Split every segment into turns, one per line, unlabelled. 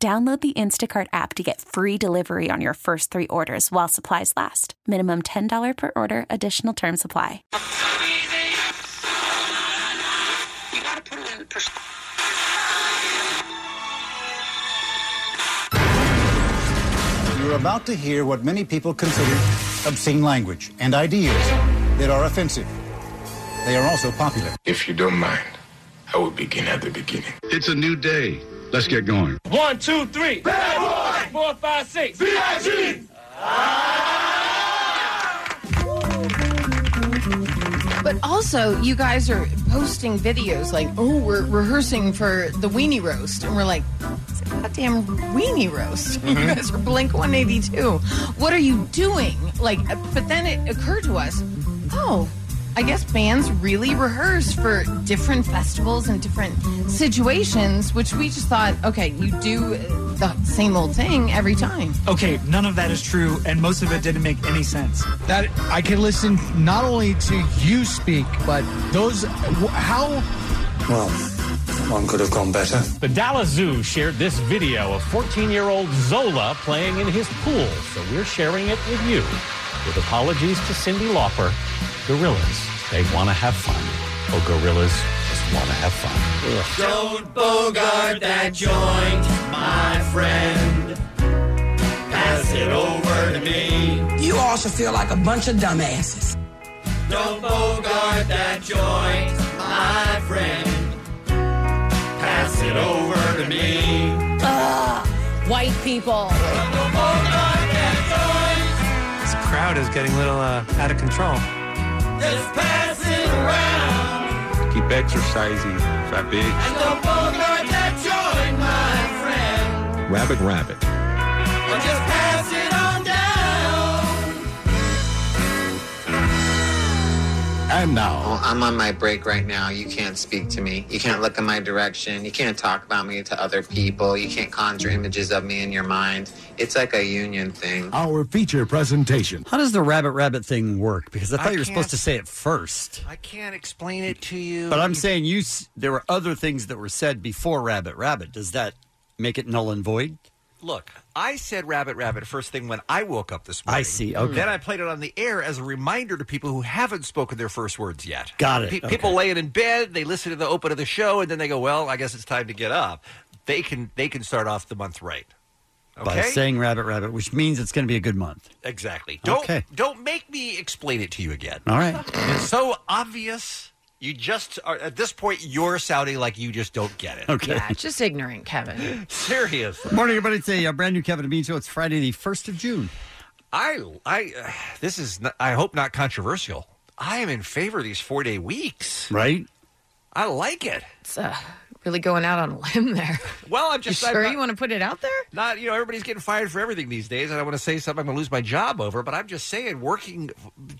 Download the Instacart app to get free delivery on your first three orders while supplies last. Minimum $10 per order, additional term supply.
You gotta put it in perspective.
You're about to hear what many people consider obscene language and ideas that are offensive. They are also popular.
If you don't mind, I will begin at the beginning.
It's a new day. Let's get going.
One, two, three. Bad boy. Four, five, six. B.I.G.
But also, you guys are posting videos like, oh, we're rehearsing for the weenie roast. And we're like, it's a goddamn weenie roast. you guys are Blink 182. What are you doing? Like, uh, but then it occurred to us, oh, I guess bands really rehearse for different festivals and different situations, which we just thought, okay, you do the same old thing every time.
Okay, none of that is true, and most of it didn't make any sense.
that I can listen not only to you speak, but those wh- how
Well, one could have gone better.
The Dallas Zoo shared this video of 14-year-old Zola playing in his pool, so we're sharing it with you. With apologies to Cindy Lauper, gorillas, they want to have fun. Oh, gorillas just want to have fun.
Don't bogart that joint, my friend. Pass it over to me.
You all should feel like a bunch of dumbasses.
Don't bogart that joint, my friend. Pass it over to me.
Ah, White people.
This crowd is getting a little uh, out of control.
Just pass it around.
Keep exercising, fat bitch.
And don't bogart that joint, my friend.
Rabbit Rabbit.
Or just pass it on down.
and now
Well, I'm on my break right now. You can't speak to me. You can't look in my direction. You can't talk about me to other people. You can't conjure images of me in your mind. It's like a union thing.
our feature presentation.
How does the rabbit rabbit thing work? Because I thought
I
you were supposed
can't-
to say it first.
I can't explain it to you.
But I'm saying you s- there were other things that were said before rabbit rabbit. Does that make it null and void?
Look, I said rabbit rabbit first thing when I woke up this morning.
I see, okay.
Mm. Then I played it on the air as a reminder to people who haven't spoken their first words yet.
Got it,
Pe-
okay.
People laying in bed, they listen to the open of the show, and then they go, "Well, I guess it's time to get up." They can they can start off the month right.
By
Okay.
saying rabbit rabbit, which means it's going to be a good month.
Exactly. Don't
Okay. Uh-huh.
don't make me explain it to you again.
All right.
It's so obvious. You just are at this point. You're sounding like you just don't get it.
Okay.
Yeah, just ignorant, Kevin.
Seriously,
Morning, everybody. It's a, uh, brand new Kevin and Bean show. It's Friday, the first of June.
I I uh, this is not, I hope not controversial. I am in favor of these four day weeks.
Right?
I like it.
It's uh, really going out on a limb there.
Well, I'm
You
just I'm
sure
not,
you want to put it out there?
not- you know everybody's getting fired for everything these days, and I want to say something I'm going to lose my job over. But I'm just saying, working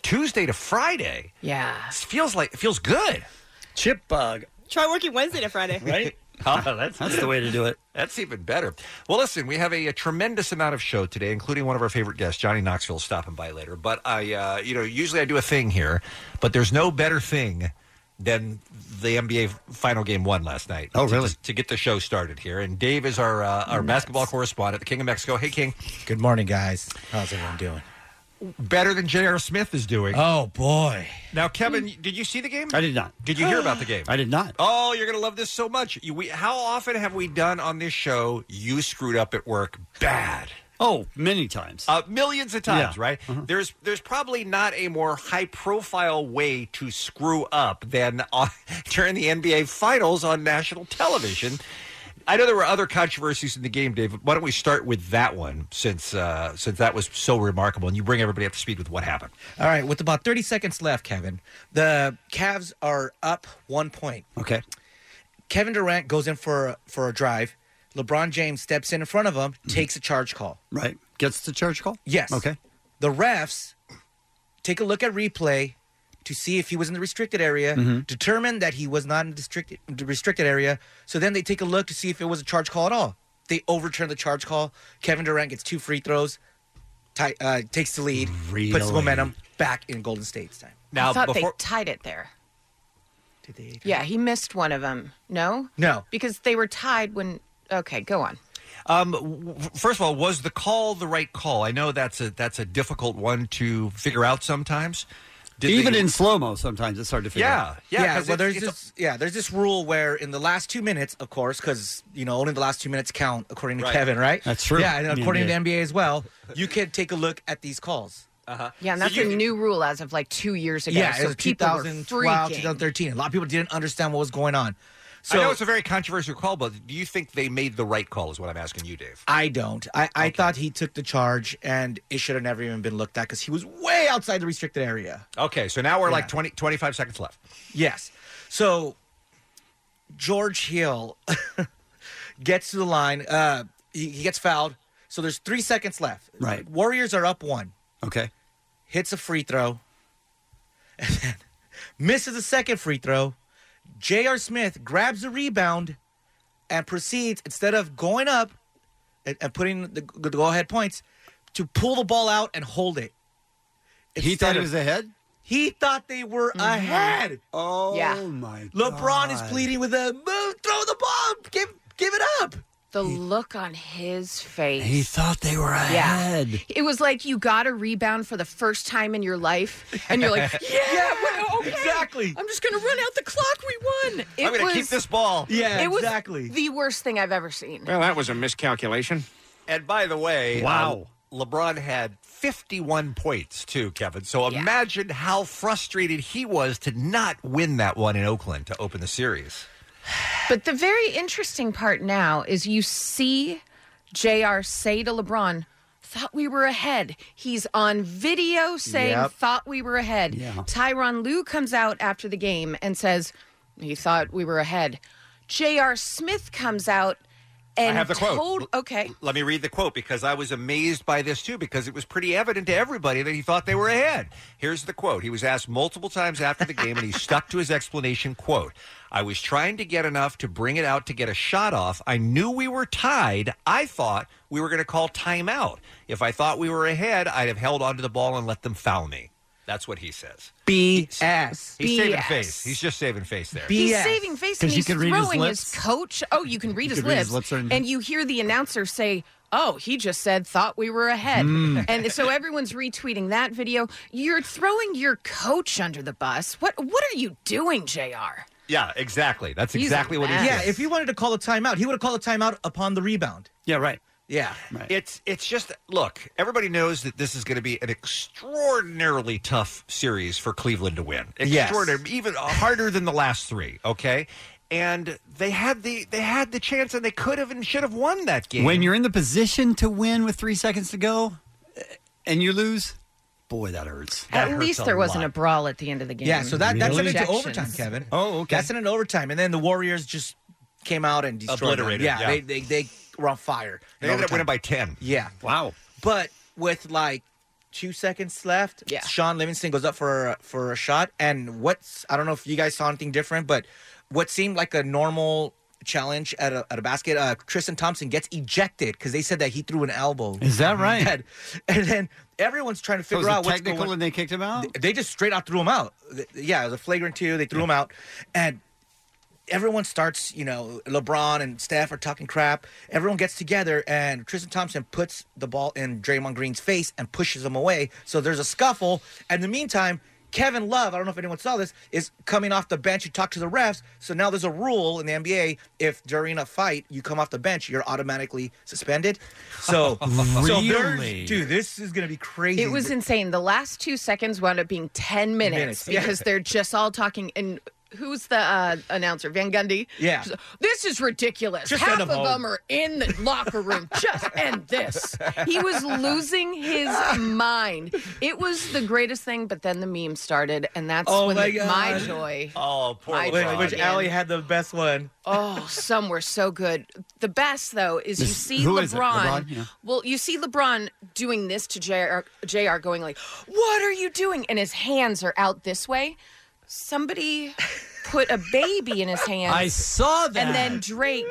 Tuesday to Friday
Yeah.
feels like it feels good.
Chip bug.
Try working Wednesday to Friday.
Right?
Oh, that's
That's the way to do it.
That's even better. Well, listen, we have a, a tremendous amount of show today, including one of our favorite guests, Johnny Knoxville, stopping by later. But I, uh, you know, usually I do a thing here, but there's no better thing than the NBA final game one last night.
Oh,
to-
really?
To, get the show started here, and Dave is our uh, our basketball correspondent, the King of Mexico. Hey, King,
Good morning, guys. How's everyone doing?
better than J.R. Smith is doing.
Oh, boy.
now, Kevin,
Mm.
did you see the game?
I did not.
Did you hear about the game?
I did not.
Oh, you're gonna love this so much. You, we, how often have we done on this show? You screwed up at work, bad.
Oh, many times.
Uh, millions of times,
Yeah. Uh-huh.
right? There's there's probably not a more high profile way to screw up than on, during the NBA Finals on national television. I know there were other controversies in the game, Dave. But why don't we start with that one since uh, since that was so remarkable, and you bring everybody up to speed with what happened.
All right, with about 30 seconds left, Kevin, the Cavs are up one point.
okay.
Kevin Durant goes in for, for a drive, LeBron James steps in in front of him,
Mm-hmm.
takes a charge call.
Right. Gets the charge call?
Yes.
Okay.
The refs take a look at replay to see if he was in the restricted area,
Mhm.
determine that he was not in the restricted, the restricted area. So then they take a look to see if it was a charge call at all. They overturn the charge call. Kevin Durant gets two free throws, ti- uh, takes the lead, puts
Really?
the momentum back in Golden State's time.
I thought they tied it there.
Did they?
Yeah, he missed one of them. No,
No.
because they were tied when. Okay, go on.
Um, w- w- first of all, was the call the right call? I know that's a that's a difficult one to figure out sometimes.
Even in slow mo, sometimes it's hard to figure
Yeah,
out.
Yeah,
'cause
well,
it's-
there's this, yeah, there's this rule where in the last two minutes, of course, because you know only the last two minutes count according to
Right.
Kevin, right?
That's true.
Yeah, and
In the
according to the
NBA.
NBA as well, you can take a look at these calls. Uh-huh.
Yeah, and that's a new rule as of like two years ago.
yeah,
so
it was
people were
2012,
freaking.
2013. A lot of people didn't understand what was going on. So
I know it's a very controversial call, but do you think they made the right call? Is what I'm asking you, Dave.
I don't. I, I thought he took the charge, and it should have never even been looked at because he was way outside the restricted area.
Okay, so now we're
Yeah.
like 20, 25 seconds left.
Yes. So George Hill gets to the line. Uh, he, he gets fouled. So there's three seconds left.
Right.
Warriors are up one.
Okay.
Hits a free throw. And then misses a second free throw. J.R. Smith grabs the rebound and proceeds, instead of going up and, and putting the go ahead points, to pull the ball out and hold it.
He
Instead
thought he
of-
was ahead? Mm-hmm.
He thought they were ahead.
Oh
Yeah.
my
LeBron is
God.
pleading with a move, throw the ball, give give it up.
The look on his face.
He thought they were ahead.
It was like you got a rebound for the first time in your life, and you're like, yeah, well, okay.
exactly.
I'm just going to run out the clock. We won. It
I'm gonna
was,
keep this ball. Yeah,
it was
exactly.
the worst thing I've ever seen.
Well, that was a miscalculation.
And by the way,
Wow.
um, LeBron had 51 points too, Kevin. So imagine how frustrated he was to not win that one in Oakland to open the series.
But the very interesting part now is you see JR say to LeBron, thought we were ahead. He's on video saying,
Yep.
thought we were ahead.
Yeah.
Tyron Lue comes out after the game and says, he thought we were ahead. J.R. Smith comes out and
have the quote.
told, okay.
Let me read the quote because I was amazed by this too because it was pretty evident to everybody that he thought they were ahead. Here's the quote. He was asked multiple times after the game and he stuck to his explanation quote. I was trying to get enough to bring it out to get a shot off. I knew we were tied. I thought we were going to call timeout. If I thought we were ahead, I'd have held onto the ball and let them foul me. That's what he says.
BS.
He's saving face. He's just saving face there.
He's saving face and
'Cause you
he's
can read his
throwing his,
lips.
coach. Oh, you can read, his,
can
lips,
read his lips and-
and you hear the announcer say, "Oh, he just said thought we were ahead,"
Hmm.
Mm.
and so everyone's retweeting that video. You're throwing your coach under the bus. What What are you doing, Jr.?
Yeah, exactly. That's
He's
exactly what he did.
Yeah, if he wanted to call a timeout, he would have called a timeout upon the rebound.
Yeah, right.
Yeah.
It's it's just look, everybody knows that this is going to be an extraordinarily tough series for Cleveland to win.
Yes.
Extraordinary, even harder than the last 3, okay? And they had the they had the chance and they could have and should have won that game.
When you're in the position to win with three seconds to go eh, and you lose, boy, that hurts.
At least there wasn't a brawl at the end of the game.
Yeah, so that that sent it to
Rejections.
overtime, Kevin. Oh, okay. That sent it to overtime, and then the Warriors just came out and destroyed them.
Obliterated,
Yeah,
yeah.
They, they they were on fire.
They ended up winning by 10.
Yeah.
Wow.
But with like two seconds left, yeah. Sean Livingston goes up for a, for a shot, and what's I don't know if you guys saw anything different, but what seemed like a normal challenge at a, at a basket, uh, Tristan Thompson gets ejected because they said that he threw an elbow.
Is that right?
And, and then everyone's trying to
So
figure
it was
out what's
technical
going.
and they kicked him out?
they just straight out threw him out. Th- Yeah, it was a flagrant two. They threw him out, and everyone starts, you know, LeBron and Steph are talking crap. Everyone gets together, and Tristan Thompson puts the ball in Draymond Green's face and pushes him away. So there's a scuffle. In the meantime, Kevin Love, I don't know if anyone saw this, is coming off the bench to talk to the refs. So now there's a rule in the NBA if during a fight you come off the bench, you're automatically suspended. So, so there's-
Really?
dude, this is going to be crazy.
It was insane. The last two seconds wound up being 10 minutes,
Minutes, yeah.
because they're just all talking. And who's the uh, announcer? Van Gundy.
Yeah.
She's like, This is ridiculous.
Just
Half
send
of
'em home."
them are in the locker room. Just end this. He was losing his mind. It was the greatest thing, but then the meme started, and that's
Oh
when
my
the- my
God.
joy.
Oh,
poor My
Which,
God.
which Allie had the best one.
Oh, some were so good. The best though is you
This-
see
who
LeBron.
is it? LeBron? Yeah.
Well, you see LeBron doing this to JR, JR going like, "What are you doing?" and his hands are out this way. Somebody put a baby in his hands.
I saw that.
And then Drake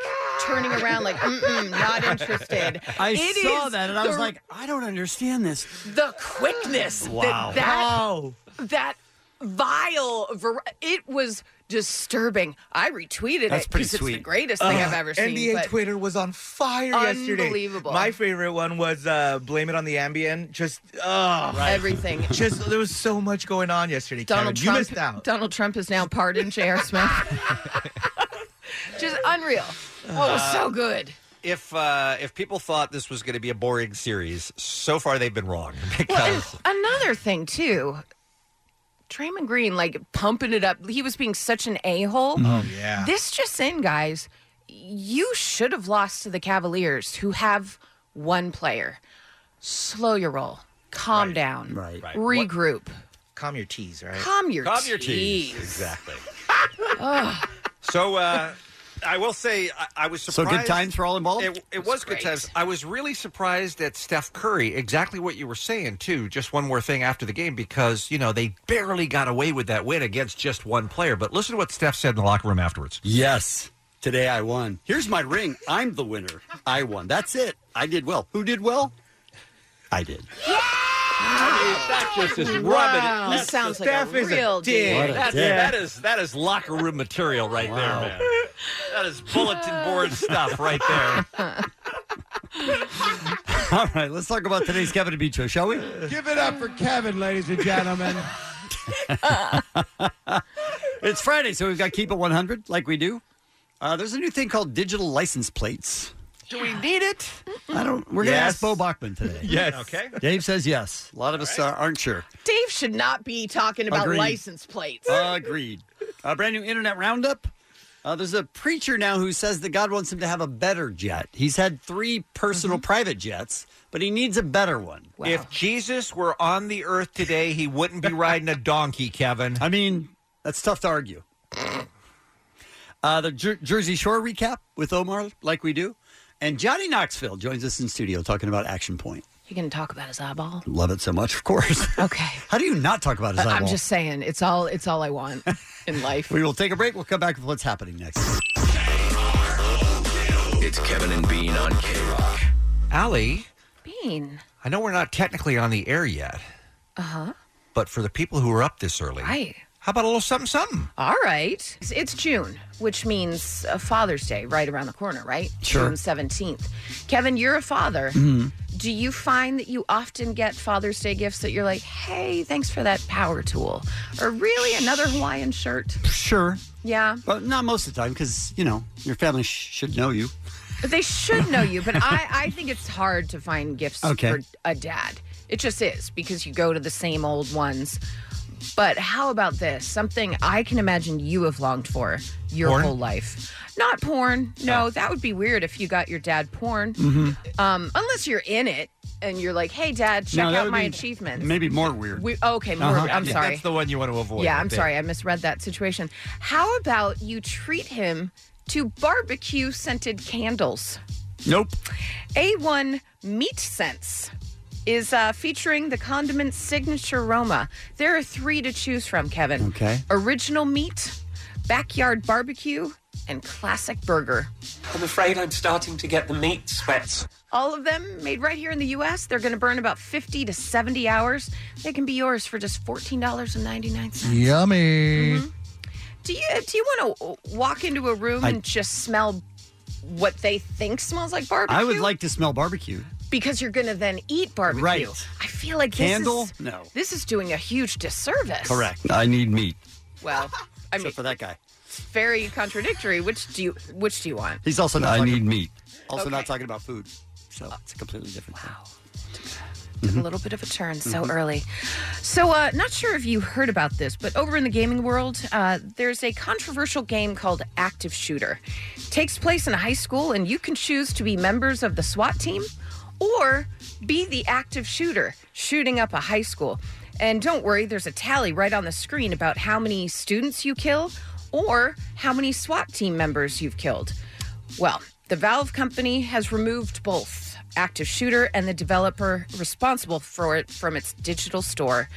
turning around like, Mm-mm, not interested.
I
It
saw
is
that and I was
the-
like, I don't understand this.
the quickness
Wow.
that that, that vile ver- it was disturbing i retweeted
That's
it because
pretty
it's the
sweet.
greatest thing i've
Ugh,
ever seen
NBA
but
Twitter was on fire yesterday.
unbelievable
My favorite one was uh, blame it on the Ambien. Just oh,
Right. Everything.
Just there was so much going on yesterday.
donald
Kevin.
trump
you missed out.
donald trump has now pardoned J.R. smith just unreal oh it was so good
If uh, if people thought this was going to be a boring series, so far they've been wrong.
another thing too Draymond Green like pumping it up. He was being such an a hole.
Oh, yeah.
This just in, guys. You should have lost to the Cavaliers, who have one player. Slow your roll. Calm down.
Right. Right.
Regroup.
Calm your teas, right?
Calm your
Calm your teas.
teas.
Exactly.
Ugh.
So uh, I will say I, I was
So
surprised.
good times for all involved?
It, it was good times. I was really surprised at Steph Curry. Exactly what you were saying too. Just one more thing after the game because you know they barely got away with that win against just one player. But listen to what Steph said in the locker room afterwards.
Yes. Today I won. Here's my ring. I'm the winner. I won. That's it. I did well. Who did well? I did.
That just is
Wow.
rubbing
He
it.
sounds like a Steph is a real dick. dick. What a
That's-
dick.
That is that is locker room material right there, man. That is bulletin board stuff right there.
All right, let's talk about today's Kevin and Beach Show, shall we?
Give it up for Kevin, ladies and gentlemen.
it's Friday, so we've got Keep It 100 like we do. Uh, there's a new thing called digital license plates.
Do we need it?
I don't. We're going to
Yes.
ask Bo Bachman today.
Yes. Okay.
Dave says yes. A lot of us uh, aren't sure.
Dave should not be talking about
Agreed. Uh,
license plates.
Agreed. A brand new internet roundup. Uh, there's a preacher now who says that God wants him to have a better jet. He's had three personal private jets, but he needs a better one.
Mm-hmm. If Jesus were on the earth today, he wouldn't be riding a donkey, Kevin.
I mean, that's tough to argue. Uh, the Jer- Jersey Shore recap with Omar, like we do. And Johnny Knoxville joins us in studio talking about Action Point.
He can talk about his eyeball.
Love it so much, of course.
Okay.
How do you not talk about his
I- I'm
eyeball?
just saying, it's all it's all I want in life.
We will take a break. We'll come back with what's happening next.
It's Kevin and Bean on K Rock.
Allie,
Bean.
I know we're not technically on the air yet,
Uh huh.
but for the people who are up this early,
Right.
how about a little something something?
All right. It's- It's June, which means uh, Father's Day right around the corner, right?
Sure.
June 17th. Kevin, you're a father.
Hmm.
Do you find that you often get Father's Day gifts that you're like, hey, thanks for that power tool? Or really, another Hawaiian shirt?
Sure.
Yeah.
But not most of the time because, you know, your family sh- should know you.
But They should know you, but I, I think it's hard to find gifts
Okay.
for a dad. It just is because you go to the same old ones. But how about this? Something I can imagine you have longed for your
Porn?
whole life. Not porn. No,
Oh.
that would be weird if you got your dad porn.
Mm-hmm.
Um, unless you're in it and you're like, hey, dad, check
No, that
out
would
my
be
achievements.
maybe more weird.
We, okay, more,
Uh-huh.
weird. I'm
Yeah,
sorry.
that's the one you want to avoid,
Yeah,
I
I'm
think.
sorry. I misread that situation. How about you treat him to barbecue scented candles?
Nope.
A1 Meat Sense is uh, featuring the condiment's signature aroma. There are three to choose from, Kevin.
Okay.
Original meat, backyard barbecue, and classic burger.
I'm afraid I'm starting to get the meat sweats.
All of them made right here in the U.S. They're going to burn about 50 to 70 hours. They can be yours for just $14.99.
Yummy.
Do you do you want to walk into a room
I-
and just smell what they think smells like barbecue?
I would like to smell barbecue.
because you're going to then eat barbecue.
Right.
I feel like
Candle?
This is,
No.
This is doing a huge disservice.
Correct. I need meat.
Well, I mean,
Except for that guy.
very contradictory. Which do you which do you want?
He's also not.
I
talking-
need meat.
Also
Okay.
not talking about food. So it's a completely different thing.
Took a little bit of a turn so early. So, uh, not sure if you heard about this, but over in the gaming world, uh, there's a controversial game called Active Shooter. takes place in a high school, and you can choose to be members of the SWAT team or be the active shooter shooting up a high school. And don't worry, there's a tally right on the screen about how many students you kill or how many SWAT team members you've killed. Well, the Valve company has removed both Active Shooter and the developer responsible for it from its digital store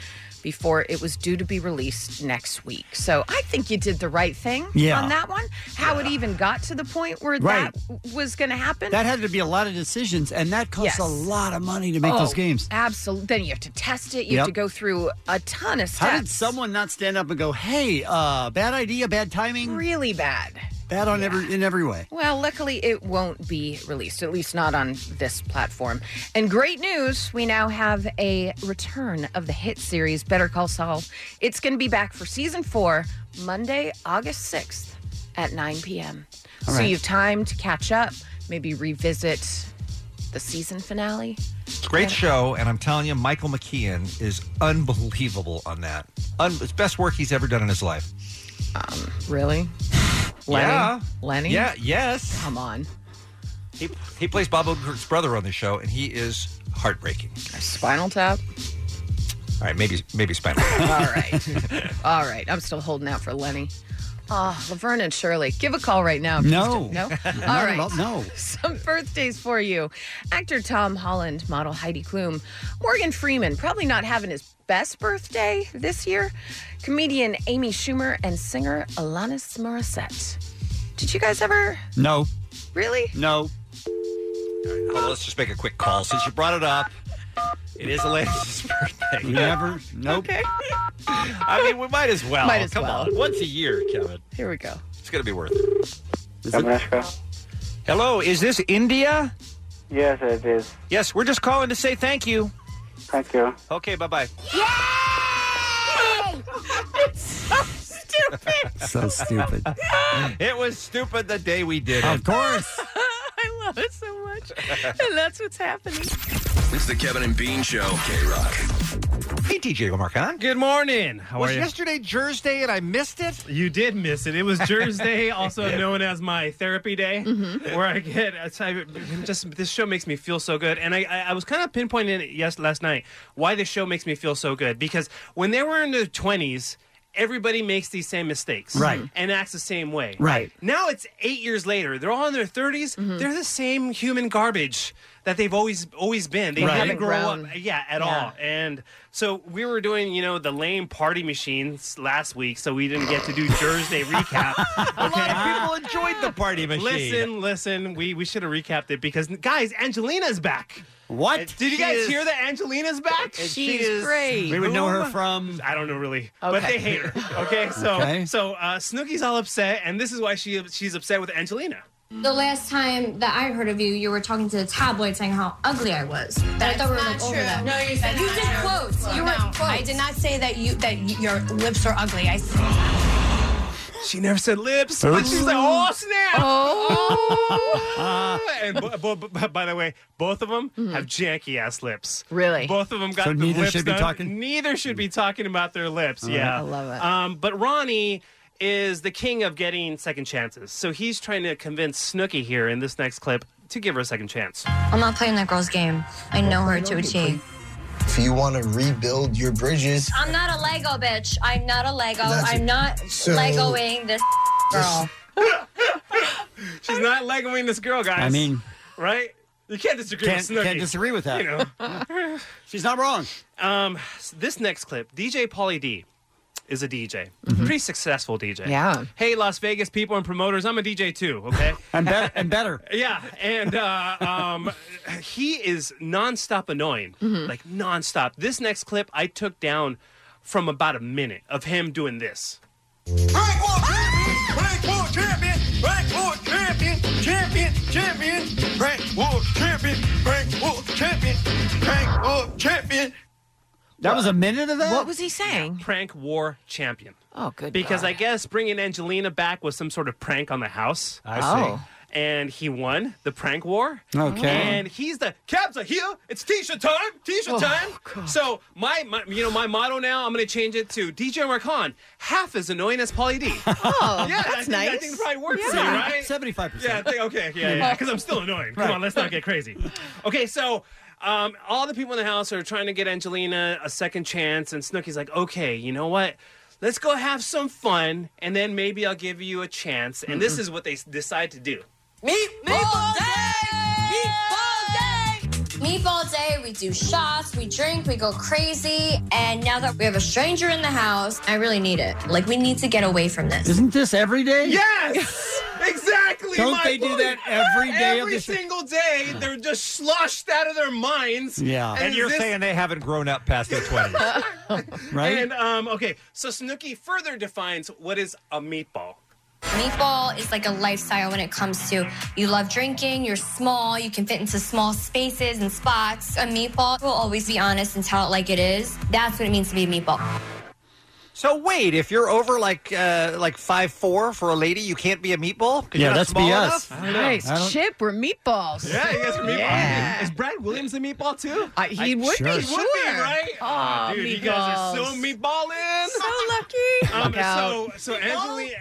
before it was due to be released next week. So I think you did the right thing
Yeah.
on that one. How it even got to the point where
Right.
that w- was going to happen.
That had to be a lot of decisions, and that
Yes.
costs a lot of money to make
Oh,
those games.
Absolutely. Then you have to test it. You
Yep.
have to go through a ton of
How did
steps.
someone not stand up and go, "Hey, uh, bad idea, bad timing,
really bad,
bad on every in every way"?
Well, luckily it won't be released, at least not on this platform. And great news, we now have a return of the hit series Better Call Saul. It's going to be back for season four, Monday, August 6th at 9 p.m.
All
so
right.
you have time to catch up, maybe revisit the season finale.
It's a great show, and I'm telling you, Michael McKeon is unbelievable on that. Un- it's best work he's ever done in his life.
Um, really? Lenny?
Yeah.
Lenny?
Yeah. Yes.
Come on.
He he plays Bob Odenkirk's brother on the show, and he is heartbreaking.
Spinal Tap?
All right, maybe maybe Spinal. Tap.
All right. All right. I'm still holding out for Lenny. Oh, Laverne and Shirley. Give a call right now. if you
No.
still- No?
Not
All
at
right.
all, no.
Some birthdays for you. Actor Tom Holland, model Heidi Klum, Morgan Freeman, probably not having his best birthday this year, comedian Amy Schumer, and singer Alanis Morissette. Did you guys ever
No,
really?
no.
Well, let's just make a quick call since you brought it up. It is Alanis' birthday.
Never. Nope.
Okay.
I mean, we might as well.
Might as
Come
well.
on, once a year, Kevin.
Here we go.
It's gonna be worth it. Hello, is this India?
Yes, it is.
Yes, we're just calling to say thank you.
Thank you.
Okay, bye bye.
it's so stupid.
So stupid.
it was stupid the day we did it.
Of course.
I love it so much. And that's what's happening.
It's the Kevin and Bean Show. K Rock.
Hey, DJ Marcon.
Good morning. How
was
are you?
yesterday Thursday and I missed it?
You did miss it. It was Thursday, also known as my therapy day, where I get. it's- I, just this show makes me feel so good, and I, I, I was kind of pinpointing it yes last night why this show makes me feel so good because when they were in their twenties. Everybody makes these same mistakes,
Right.
And acts the same way,
Right.
Now it's eight years later. They're all in their 30s they They're the same human garbage that they've always always been. They Right. didn't Haven't grow grown. up, yeah, at Yeah. all. And so we were doing, you know, the lame party machines last week, so we didn't get to do Thursday recap.
A lot of people enjoyed the party machine.
Listen, listen, we we should have recapped it because guys, Angelina's back.
What
did you
She
guys
is-
hear that Angelina's back?
And she She's is- great.
Whom?
We would know her
from
I don't know really, but
Okay.
they hate her. Okay, so
Okay.
so uh, Snooki's all upset, and this is why she she's upset with Angelina.
The last time that I heard of you, you were talking to the tabloid saying how ugly I was. And I thought we were like over that.
No, you said
you
not
did
true.
quotes. You
no,
were quotes.
I did not say that you that y- your lips are ugly. I s-
She never said lips, but she's like, oh snap!
Oh.
and bo- bo- bo- by the way, both of them
Mm-hmm.
have janky ass lips.
Really?
Both of them got
So
the
neither
lips
should be
done.
talking?
Neither should be talking about their lips.
All right.
yeah,
I love it.
Um, but Ronnie is the king of getting second chances, so he's trying to convince Snooky here in this next clip to give her a second chance.
I'm not playing that girl's game. I know her to a T.
If you want to rebuild your bridges,
I'm not a Lego bitch. I'm not a Lego.
That's-
I'm not
so-
Legoing this girl.
She's not legoing this girl, guys.
I mean,
right? You can't disagree
Can't-
with Snooki.
can't disagree with that.
You know,
she's not wrong.
Um, s- this next clip, DJ Pauly D. Is a DJ,
Mm-hmm.
pretty successful DJ.
Yeah.
Hey, Las Vegas people and promoters, I'm a DJ too. Okay.
and, bet and better.
Yeah, and uh, um, he is nonstop annoying, like nonstop. This next clip I took down from about a minute of him doing this.
Black Bull champion, Black Bull champion, champion, champion, Black Bull champion, Black Bull champion, Black Bull champion.
That was a minute of that.
What
was he saying?
Prank war champion.
Oh, good.
Because
God.
I guess bringing Angelina back was some sort of prank on the house.
I see. Oh.
and he won the prank war.
Okay.
And he's the cabs are here. It's t-shirt time.
Oh,
T-shirt time. So my, my, you know, my motto now. I'm gonna change it to DJ Marcon. Half as annoying as Polly D.
Oh,
yeah, I
that's
think, I
nice.
think it probably works.
Yeah.
for you, right?
Seventy-five
Yeah, I
percent.
think, okay, yeah, yeah, because I'm still annoying. Come on, let's not get crazy. Okay, so um, all the people in the house are trying to get Angelina a second chance, and Snooki's like, okay, you know what? Let's go have some fun, and then maybe I'll give you a chance. And this is what they s- decide to do.
Meatball, day! Meatball day! Meatball day, we do shots, we drink, we go crazy. And now that we have a stranger in the house, I really need it. Like, we need to get away from this.
Isn't this every day?
Yes, exactly.
Don't
my
they do
point.
that every day of
Every
the sh-
single day, they're just sloshed out of their minds.
Yeah. And, you're
this-
saying they haven't grown up past their 20s. right?
And um, okay, so Snooki further defines what is a meatball.
Meatball is like a lifestyle when it comes to you love drinking, you're small, you can fit into small spaces and spots. A meatball will always be honest and tell it like it is. That's what it means to be a meatball.
So wait, if you're over like uh, like five four for a lady, you can't be a meatball. 'Cause
Yeah,
you're not
that's
small
BS.
enough? I
Nice.
don't-
Chip, we're meatballs.
Yeah, you guys are meatball.
Yeah.
Is Brad Williams a meatball too?
I- he would be,
He would be,
sure.
right?
Aw,
dude, you guys are so
meatballs.
meatballing.
lucky.
Um,
Look out.
so, so Angelina,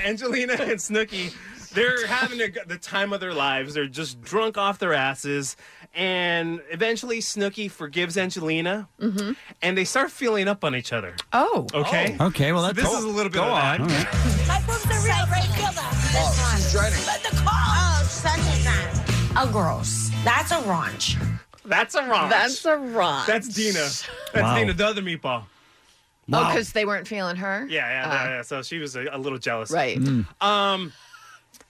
Angelina and Snooki, they're having a, g- the time of their lives. They're just drunk off their asses, and eventually Snooki forgives Angelina,
Mhm.
and they start feeling up on each other.
Oh.
Okay.
Okay. Well,
So
that's
this is a little bit
Go
of that.
on.
My boobs are real. Right, feel that. This one. Oh, She's dreading. But the call. Oh, such is not. A gross. That's a ranch.
That's a ranch.
That's a ranch.
That's Dina. That's
Wow.
Dina, the other meatball.
Oh, because they weren't feeling her?
Yeah, yeah,
Ah.
yeah, yeah. So she was a, a little jealous.
Right. Mm.
Um,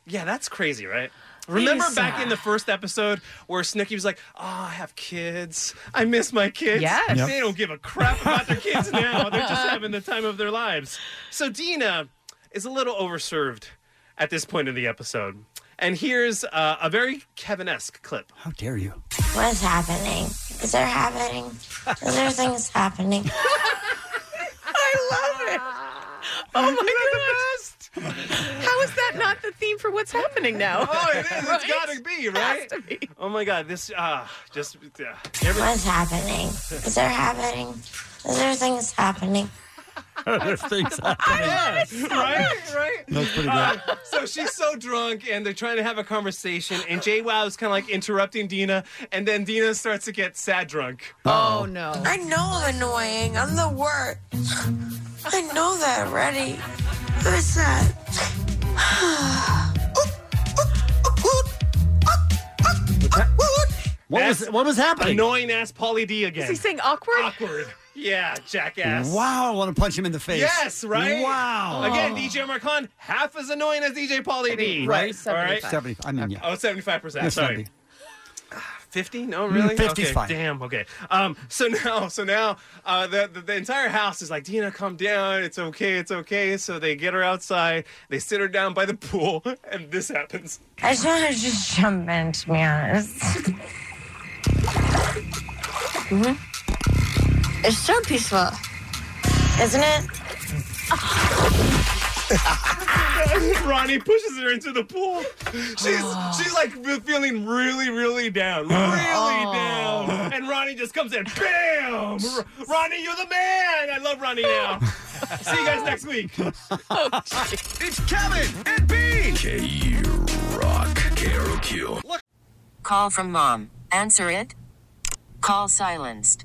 yeah, that's crazy, right? Remember
Lisa.
back in the first episode where Snooki was like, "Oh, I have kids. I miss my kids.
Yes. Yep.
They don't give a crap about their kids now. They're just having the time of their lives." So Dina is a little overserved at this point in the episode, and here's uh, a very Kevin-esque clip.
How dare you?
What's happening? Is there happening? Is there things happening?
I love it. Oh my goodness. How is that not the theme for what's happening now?
Oh, it is.
Right?
It's gotta be right. Oh my God, this uh, just uh,
What's happening? Is there happening? Is there things happening?
There's things happening.
right, right.
That's pretty
Uh, so she's so drunk, and they're trying to have a conversation, and Jay Wow is kind of like interrupting Dina, and then Dina starts to get sad drunk.
Oh, no.
I know I'm annoying. I'm the worst. I know that already. What's that?
What was what was happening?
Annoying ass Polly D again.
Is he saying awkward?
awkward? Yeah, jackass.
Wow, I want to punch him in the face.
Yes, right.
Wow.
Again, DJ Marcon, half as annoying as DJ Polly D.
Right?
All right.
70. I mean, yeah.
Oh, 75 percent.
Yes,
Sorry.
Andy.
50? No, Oh, really?
50 is
okay,
fine.
Damn, okay. Um, so now, so now uh, the, the, the entire house is like, Dina, calm down. It's okay. It's okay. So they get her outside. They sit her down by the pool, and this happens.
I just want to just jump in, to be honest. hmm
Mm-hmm.
It's so peaceful, isn't it?
Uh, Ronnie pushes her into the pool. She's she's like re- feeling really, really down. Really down. And Ronnie just comes in. Bam! R- Ronnie, you're the man. I love Ronnie now. See you guys next week.
Oh,
It's Kevin and Bean. K Rock. K R O Q.
Call from mom. Answer it. Call silenced.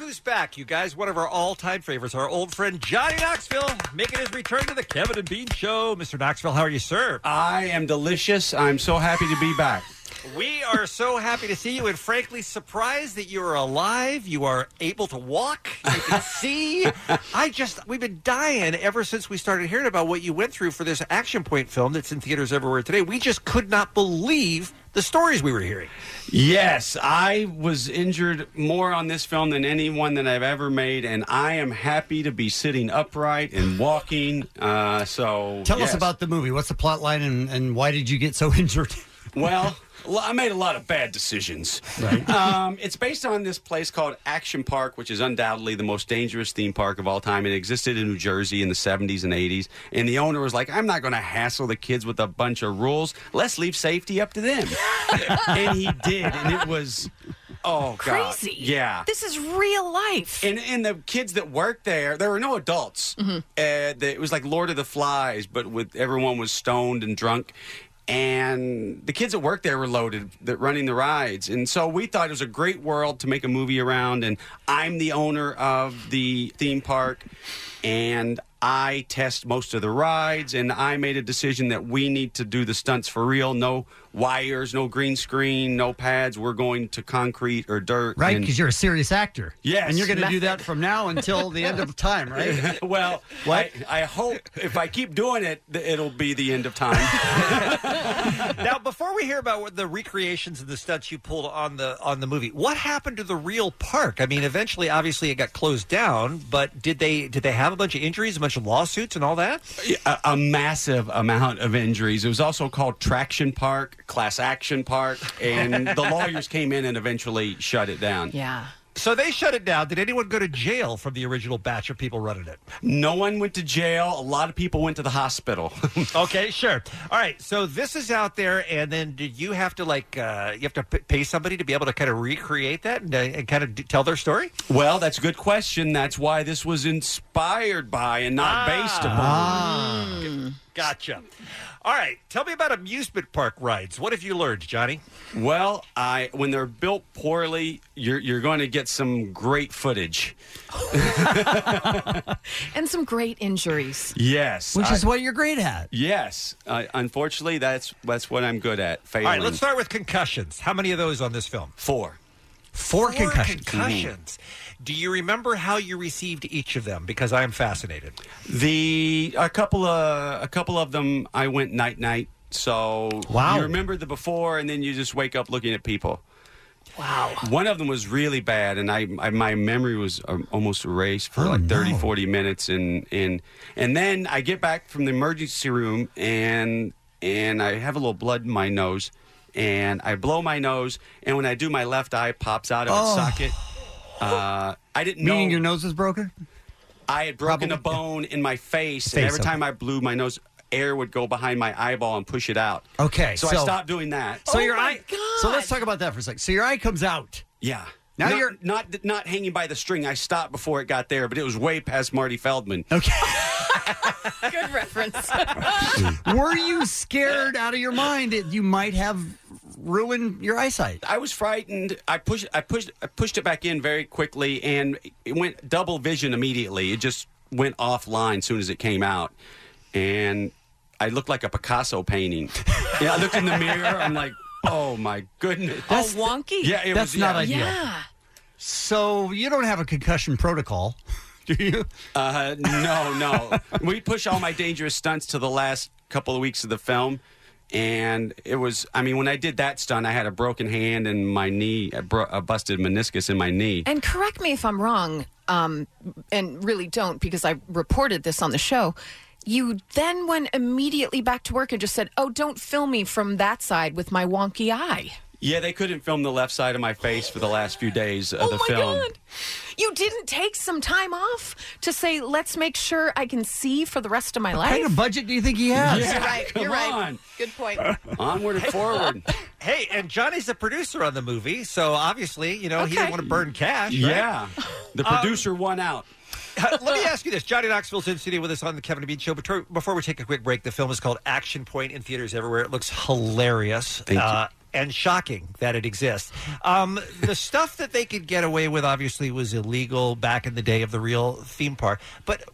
Who's back, you guys? One of our all-time favorites, our old friend Johnny Knoxville, making his return to the Kevin and Bean Show. Mr. Knoxville, how are you, sir?
I am delicious. I'm so happy to be back.
We are so happy to see you and frankly surprised that you are alive. You are able to walk. You can see. I just, we've been dying ever since we started hearing about what you went through for this Action Point film that's in theaters everywhere today. We just could not believe the stories we were hearing.
Yes, I was injured more on this film than anyone that I've ever made, and I am happy to be sitting upright and walking. Uh, so
Oh,
Tell
yes.
us about the movie. What's the plot line and, and why did you get so injured?
Well, l- I made a lot of bad decisions. Right. Um, it's based on this place called Action Park, which is undoubtedly the most dangerous theme park of all time. It existed in New Jersey in the 70s and 80s. And the owner was like, I'm not going to hassle the kids with a bunch of rules. Let's leave safety up to them. and he did. And it was, oh, God.
Crazy.
Yeah.
This is real life. Mm-hmm.
And and the kids that worked there, there were no adults. Uh, they- it was like Lord of the Flies, but with everyone was stoned and drunk. And the kids that worked there were loaded, that running the rides, and so we thought it was a great world to make a movie around. And I'm the owner of the theme park, and I test most of the rides. And I made a decision that we need to do the stunts for real. No wires, no green screen, no pads. We're going to concrete or dirt.
Right?
and-
Because you're a serious actor.
Yes.
And you're going to do that from now until the end of time, right?
well, I, I hope if I keep doing it, th- it'll be the end of time.
now, before we hear about what the recreations of the stunts you pulled on the on the movie, what happened to the real park? I mean, eventually, obviously, it got closed down. But did they did they have a bunch of injuries, a bunch of lawsuits, and all that?
a, a massive amount of injuries. It was also called Traction Park, Class Action Park, and the lawyers came in and eventually shut it down.
Yeah.
So they shut it down. Did anyone go to jail from the original batch of people running it?
No one went to jail. A lot of people went to the hospital.
okay, sure. All right. So this is out there, and then did you have to like uh, you have to p- pay somebody to be able to kind of recreate that and, uh, and kind of d- tell their story?
Well, that's a good question. That's why this was inspired by and not based upon. Mm.
Gotcha. All right. Tell me about amusement park rides. What have you learned, Johnny?
Well, I when they're built poorly, you're you're going to get some great footage.
And some great injuries.
Yes,
Which is
I-
what you're great at.
Yes, uh, unfortunately, that's that's what I'm good at. Failing.
All right, let's start with concussions. How many of those on this film?
Four.
Four,
concussions.
concussions. Do you remember how you received each of them? Because I am fascinated.
The a couple of a couple of them, I went night night. So
Wow.
you remember the before, and then you just wake up looking at people. Wow. One of them was really bad, and I, I my memory was um, almost erased for
Oh,
like 30, 40 minutes, and and and then I get back from the emergency room, and and I have a little blood in my nose, and I blow my nose, and when I do, my left eye pops out of
Oh.
its socket. Uh, I didn't know
Meaning your nose is broken?
I had broken a bone in my face, and
Face,
every
okay.
time I blew my nose, air would go behind my eyeball and push it out.
Okay,
so, I
so-
stopped doing that.
Oh
So your eye. So let's talk about that for a sec. So your eye comes out.
yeah.
Now
Not-
you're-
not not hanging by the string. I stopped before it got there, but it was way past Marty Feldman. Okay.
Good reference.
Were you scared out of your mind that you might have ruined your eyesight?
I was frightened. I pushed I pushed I pushed it back in very quickly and it went double vision immediately. It just went offline as soon as it came out. And I looked like a Picasso painting. yeah, I looked in the mirror, I'm like, oh my goodness.
That's- All wonky?
Yeah, it
That's
was
not
yeah.
ideal. Yeah. So you don't have a concussion protocol, do you?
Uh, no, no. we push all my dangerous stunts to the last couple of weeks of the film. And it was, I mean, when I did that stunt, I had a broken hand and my knee, a, bro- a busted meniscus in my knee.
And correct me if I'm wrong, um, and really don't because I reported this on the show. You then went immediately back to work and just said, "Oh, don't film me from that side with my wonky eye."
Yeah, they couldn't film the left side of my face for the last few days of the
Oh my
film.
God. You didn't take some time off to say, "Let's make sure I can see for the rest of my life."
kind of budget do you think he has?
you're right. You're right. Good point.
Onward and forward.
hey, and Johnny's the producer on the movie, so obviously, you know, he didn't want to burn cash. right?
Yeah. The producer won out.
Uh, Let me ask you this. Johnny Knoxville's in studio with us on the Kevin and Bean Show. But tor- before we take a quick break, the film is called Action Point in theaters everywhere. It looks hilarious uh, and shocking that it exists. Um, the stuff that they could get away with, obviously, was illegal back in the day of the real theme park. But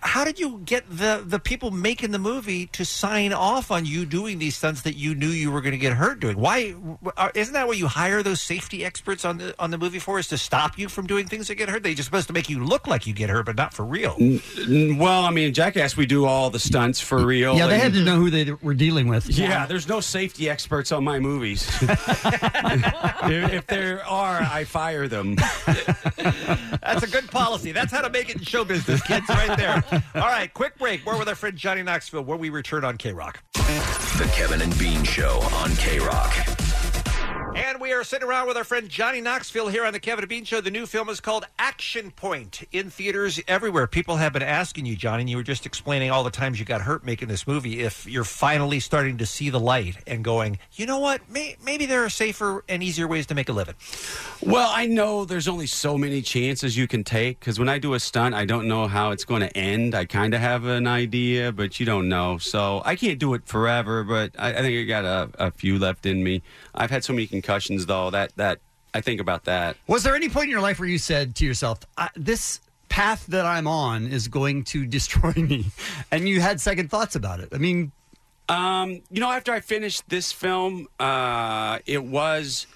how did you get the the people making the movie to sign off on you doing these stunts that you knew you were going to get hurt doing? Why are- isn't that what you hire those safety experts on the on the movie for? Is to stop you from doing things that get hurt? They're just supposed to make you look like you get hurt, but not for real.
N- n- Well, I mean, Jackass, we do all the stunts for real.
Yeah, they
and-
had to know who they were dealing with.
Yeah, there's no safety experts on my movies. There- if there are, I fire them.
That's a good policy. That's how to make it in show business, kids, right there. All right, quick break. More with our friend Johnny Knoxville, where we return on K Rock.
The Kevin and Bean Show on K Rock.
And we are sitting around with our friend Johnny Knoxville here on the Kevin and Bean Show. The new film is called Action Point in theaters everywhere. People have been asking you, Johnny, and you were just explaining all the times you got hurt making this movie, if you're finally starting to see the light and going, you know what, May- maybe there are safer and easier ways to make a living.
Well, I know there's only so many chances you can take because when I do a stunt, I don't know how it's going to end. I kind of have an idea, but you don't know. So I can't do it forever, but I, I think I got a, a few left in me. I've had so many concussions, though, that, that I think about that.
Was there any point in your life where you said to yourself, I, "This path that I'm on is going to destroy me," and you had second thoughts about it? I mean,
Um, you know, after I finished this film, uh, it was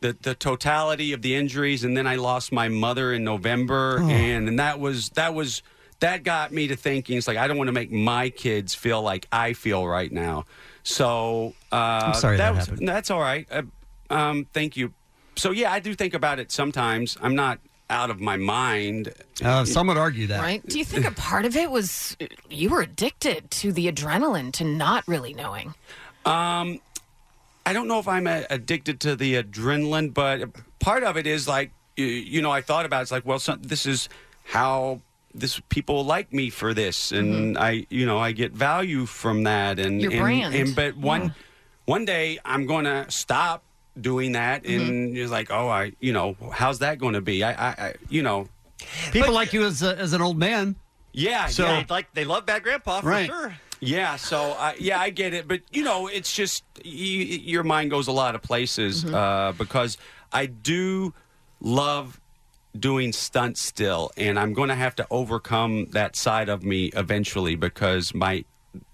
the the totality of the injuries, and then I lost my mother in November,
Oh.
and, and that was that was that got me to thinking. It's like I don't want to make my kids feel like I feel right now. So uh,
I'm sorry that
was,
happened.
no, That's all right. Uh, um, thank you. So yeah, I do think about it sometimes. I'm not out of my mind.
uh, some would argue that.
Right? Do you think a part of it was uh, you were addicted to the adrenaline to not really knowing?
Um, I don't know if I'm uh, addicted to the adrenaline, but part of it is like, y- you know, I thought about it, it's like, well, some, this is how this people like me for this, and I, you know, I get value from that, and
Your
and-
brand.
and- but one one day I'm going to stop doing that, and it's like, oh, I, you know, how's that going to be? I, I, I you know,
People like you as a, as an old man.
yeah,
So-
yeah.
like they love Bad Grandpa
Oh,
for
Right.
sure.
Yeah, so I, yeah, I get it, but you know, it's just y- y your mind goes a lot of places
Mhm.
Mm-hmm.
uh, because I do love doing stunts still, and I'm going to have to overcome that side of me eventually because my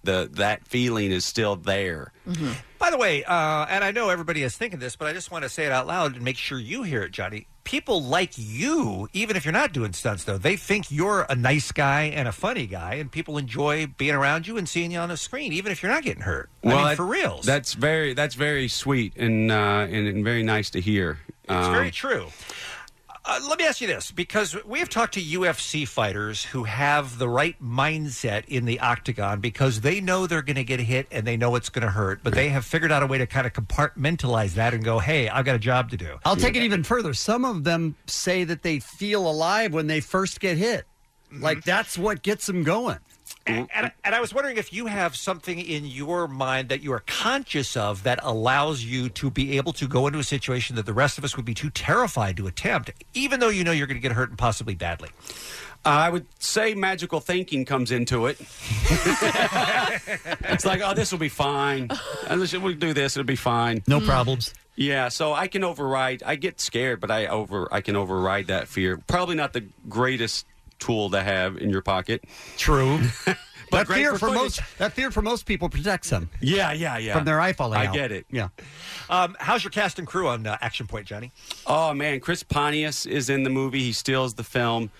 the that feeling is still there.
Mm-hmm. By the way, uh, and I know everybody is thinking this, but I just want to say it out loud and make sure you hear it, Johnny. People like you, even if you're not doing stunts, though, they think you're a nice guy and a funny guy, and people enjoy being around you and seeing you on the screen, even if you're not getting hurt. I mean,
that-
for reals.
That's very that's very sweet and uh, and, and very nice to hear. Um,
It's very true. Uh, let me ask you this because we have talked to UFC fighters who have the right mindset in the octagon because they know they're going to get hit and they know it's going to hurt, but they have figured out a way to kind of compartmentalize that and go, hey, I've got a job to do.
I'll take it even further. Some of them say that they feel alive when they first get hit.
Mm-hmm.
Like that's what gets them going.
And, and, and I was wondering if you have something in your mind that you are conscious of that allows you to be able to go into a situation that the rest of us would be too terrified to attempt, even though you know you're going to get hurt and possibly badly.
Uh, I would say magical thinking comes into it. it's like, oh, this will be fine. Unless we do this, it'll be fine.
No problems.
Yeah, so I can override. I get scared, but I over I can override that fear. Probably not the greatest tool to have in your pocket.
True.
But
that
great
fear
for
for,
footage.
most that fear for most people protects them.
Yeah, yeah, yeah.
From their eye falling
I
out.
get it.
Yeah.
Um, how's your cast and crew on uh, Action Point, Johnny?
Oh man, Chris Pontius is in the movie. He steals the film.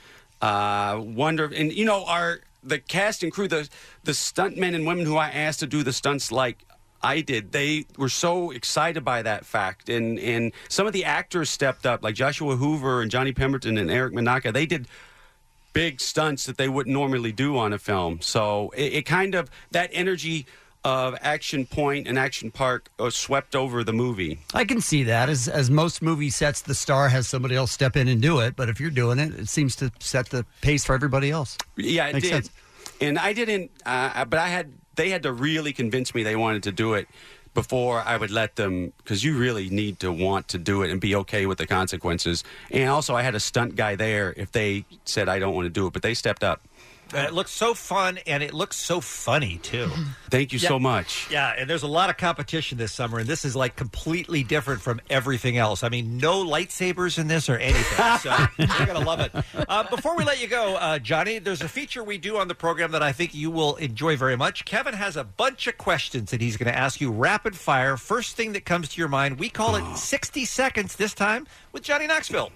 Uh, wonder and you know our the cast and crew, the the stuntmen and women who I asked to do the stunts like I did, they were so excited by that fact. And and some of the actors stepped up, like Joshua Hoover and Johnny Pemberton and Eric Menaka. They did big stunts that they wouldn't normally do on a film. So it, it kind of that energy of Action Point and Action Park uh, swept over the movie.
I can see that as as most movie sets the star has somebody else step in and do it, but if you're doing it, it seems to set the pace for everybody else.
Yeah, it
Makes
did.
sense.
And I didn't, uh, but I had they had to really convince me they wanted to do it before I would let them because you really need to want to do it and be okay with the consequences. And also, I had a stunt guy there if they said I don't want to do it, but they stepped up.
And it looks so fun and it looks so funny too.
Thank you so much.
Yeah, and there's a lot of competition this summer, and this is like completely different from everything else. I mean, no lightsabers in this or anything. So you're gonna love it. Uh, before we let you go, uh, Johnny, there's a feature we do on the program that I think you will enjoy very much. Kevin has a bunch of questions that he's going to ask you rapid fire. First thing that comes to your mind. We call it 60 seconds this time with Johnny Knoxville.